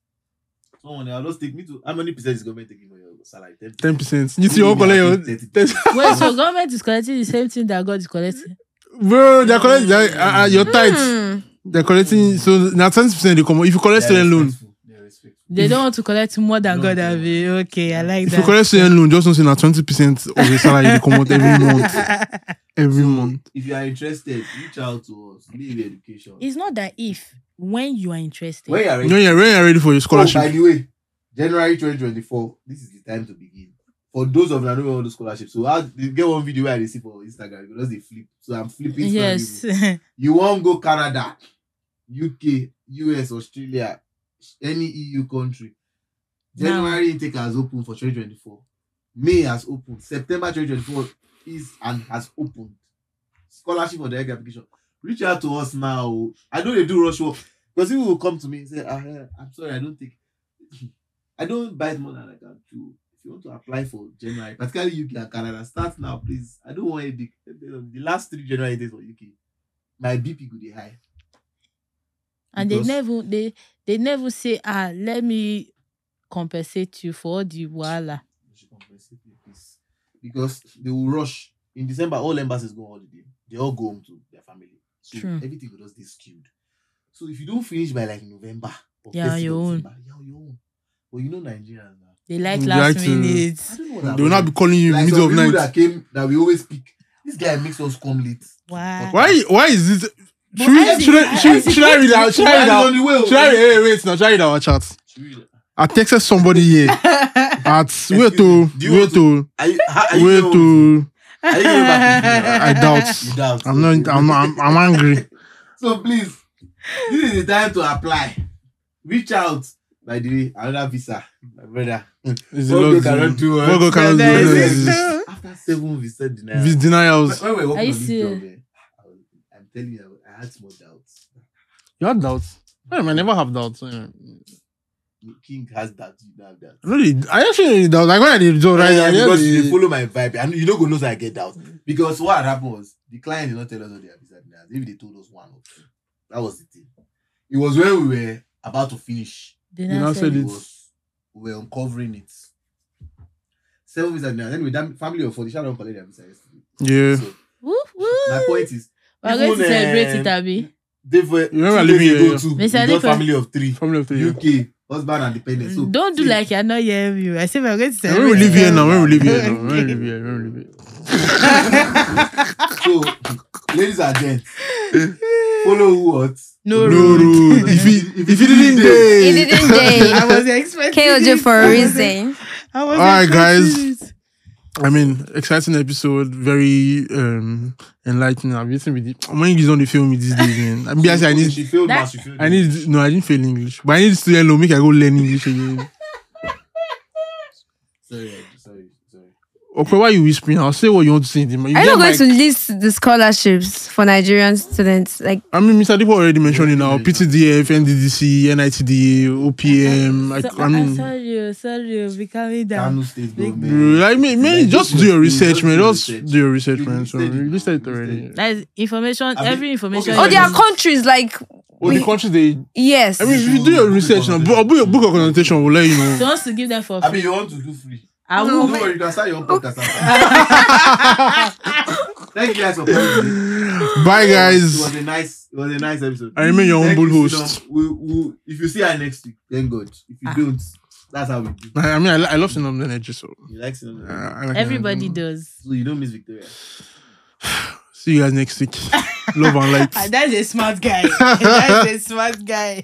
A: Small money. I'll just take me to how many percent is government taking for your salary? 10%.
C: 10%. You see, all collect your.
A: Thirty.
B: Wait, so government is collecting the same thing that God is collecting?
C: Bro, they're collecting. they're- uh, uh, your tithe.
D: Hmm.
C: They're collecting so now twenty percent they come. If you collect
A: They are
C: student loan,
A: respectful. They are respectful.
B: They don't want to collect more than
A: No,
B: God
A: no.
B: have. it. Okay, I like
C: if you
B: that.
C: collect student loan, just know say now twenty percent of your salary they come out every month. Every month.
A: If you are interested, reach out to us. Leave education.
B: it's not that if when you are interested.
A: Where you are ready.
C: No, yeah, when you're ready for your
A: Oh, by
C: scholarship.
A: the way, January 2024, this is the time to begin. For those of you who all the scholarships, so I'll they get one video where they see for Instagram because they flip. So I'm flipping.
B: yes.
A: Instagram. You won't go Canada, UK, US, Australia, any EU country.
B: Now.
A: January intake has opened for 2024. May has opened. September 2024 is and has opened. Scholarship for direct application. Reach out to us now. oh. I know they do rush work because people will come to me and say, ah, eh, I'm sorry, I don't take, I don't bite more than I can chew. If you want to apply for January, particularly UK and Canada, start now, please. I don't want headache. The last three January days for UK, my BP could be high.
B: and they
A: Because-
B: never they they never say ah let me compensate you for all the wahala.
A: We should compensate with this. Because they will rush. In December, all embassies go on holiday. They all go home to their family. So
B: True.
A: everything will just be skewed. So if you don't finish by like November or
B: Yeah, on your own.
A: yeah, your own. But you know Nigerians now.
B: They like
C: They
B: last
C: like to-
B: minute.
A: I don't know what
C: They will not be calling you in
A: like
C: middle
A: some
C: of
A: people
C: night.
A: that came that we always pick. This guy makes us come late.
B: Wow.
C: Why why is this should, we,
B: Isaac,
C: should, I, should,
B: Isaac,
C: should I read out? Should I read
A: Mine is
C: out?
A: on the way,
C: Should I
A: oh.
C: read, hey, wait, now should I read our chat?
A: Should we-
C: I texted somebody here at wait to
A: me, do you
C: wait
A: want
C: to
A: Are you, how- are you
C: wait
A: going
C: to
A: with- Are you going back to Nigeria?
C: I doubt.
A: You doubt.
C: I'm not I'm I'm, I'm angry.
A: So please, this is the time to apply. Reach out. By the way, another visa, my brother.
C: It's
A: What
C: a lot
A: God cannot
C: to-
A: do, eh?
C: what God cannot
B: There
C: do,
A: is
C: eh,
B: no-
A: After seven visa denial.
C: These denials.
A: When we were working
B: you
A: on this
B: serious?
A: job, eh, I was- I'm telling you, I had small doubts.
C: You had doubts. I never have doubts. eh.
A: King has doubts. You don't have doubts.
C: Really, I actually really doubt. Like when I did do right,
A: Yeah,
C: I
A: because
C: just-
A: you dey follow my vibe and you no go know say I get doubt because what happened was the client did not tell us all their business denials maybe they told us one or two that was the thing it was when we were about to finish
B: They
C: You now
B: now
C: said
B: said
A: it
C: it.
A: was we were uncovering it seven visa denials anyway that family of four they sha don collect their visa yesterday
C: yeah.
A: so
B: woof, woof.
A: my point is
B: We're going to
A: even,
B: celebrate it, uh,
A: um,
B: Abby.
A: they were
C: You remember
A: two days
C: leaving
A: ago
C: here,
A: too
B: Mr.
A: we got
B: Adekunle-
A: family of three
C: From left to you.
A: UK husband and dependent so
B: Don't do
A: see,
B: like you're not hearing me. I said we're going to
C: When
B: celebrate.
C: we live
B: it.
C: here now, when we live here now,
B: Okay.
C: when we live here, when we live here.
A: so ladies and gents follow what
B: No,
C: No
B: no,
C: road. If it if it didn't
D: It
C: day.
D: didn't day.
B: I was expecting
D: KOJ
B: it.
D: for
B: I
D: a
B: was-
D: reason.
B: I was
C: Alright,
B: expecting it.
C: I mean, exciting episode, very um enlightening. I've been with it. When he's on the film with these days, man. I mean, I need
A: she failed
B: That-
A: maths, she failed
C: I need no, I didn't fail English, but I need to learn. Make I go learn English again.
A: Sorry, I- sorry, sorry.
C: Okay, why you whispering? I'll say what you want to say. in the mic. You
D: Are you
C: get
D: not going
C: mic.
D: to list the scholarships for Nigerian students? Like,
C: I mean, Mr. Dipo already mentioned it now. PTDF, NDDC, NITDA, OPM.
B: So-
C: I, I mean,
B: I'm sorry, oh, sorry, oh, be calming down.
A: Kano State
B: Big-
A: government.
C: like, man, man,
A: Like,
C: just
A: just
C: do your
A: do-
C: research,
A: just
C: man.
A: do your
C: Just
A: research.
C: do your research,
A: You
C: man. So
A: listed it now.
C: you listed it
A: You
C: already.
A: listed
B: That is information.
A: Abby,
B: every information.
A: okay.
D: oh, there are
B: is-
D: countries like,
C: Oh, the country they.
D: yes.
C: I mean, if you do your research now, book, book your consultation, we'll let you
B: She
C: know.
B: wants to give them for
A: I
B: free.
A: mean, you want to do free.
B: I
D: No,
A: Don't
B: will.
A: worry, you can start your own podcast. after. Thank you guys for coming.
C: Bye,
A: It was
C: guys.
A: a nice, it was a nice episode.
C: I remain your
A: Thank
C: humble
A: you,
C: host.
A: Sidon. We, we, if you see her next week, thank God. If you
B: Ah.
A: don't, that's how we do.
C: I, I mean, I, li- I love Sinom energy, so.
A: You like Sidon?
C: Uh, I like
B: Everybody
C: Sinom.
B: does.
A: So you don't miss Victoria.
C: See you guys next week. Love and light.
B: Ah, that's a smart guy. that's a smart guy.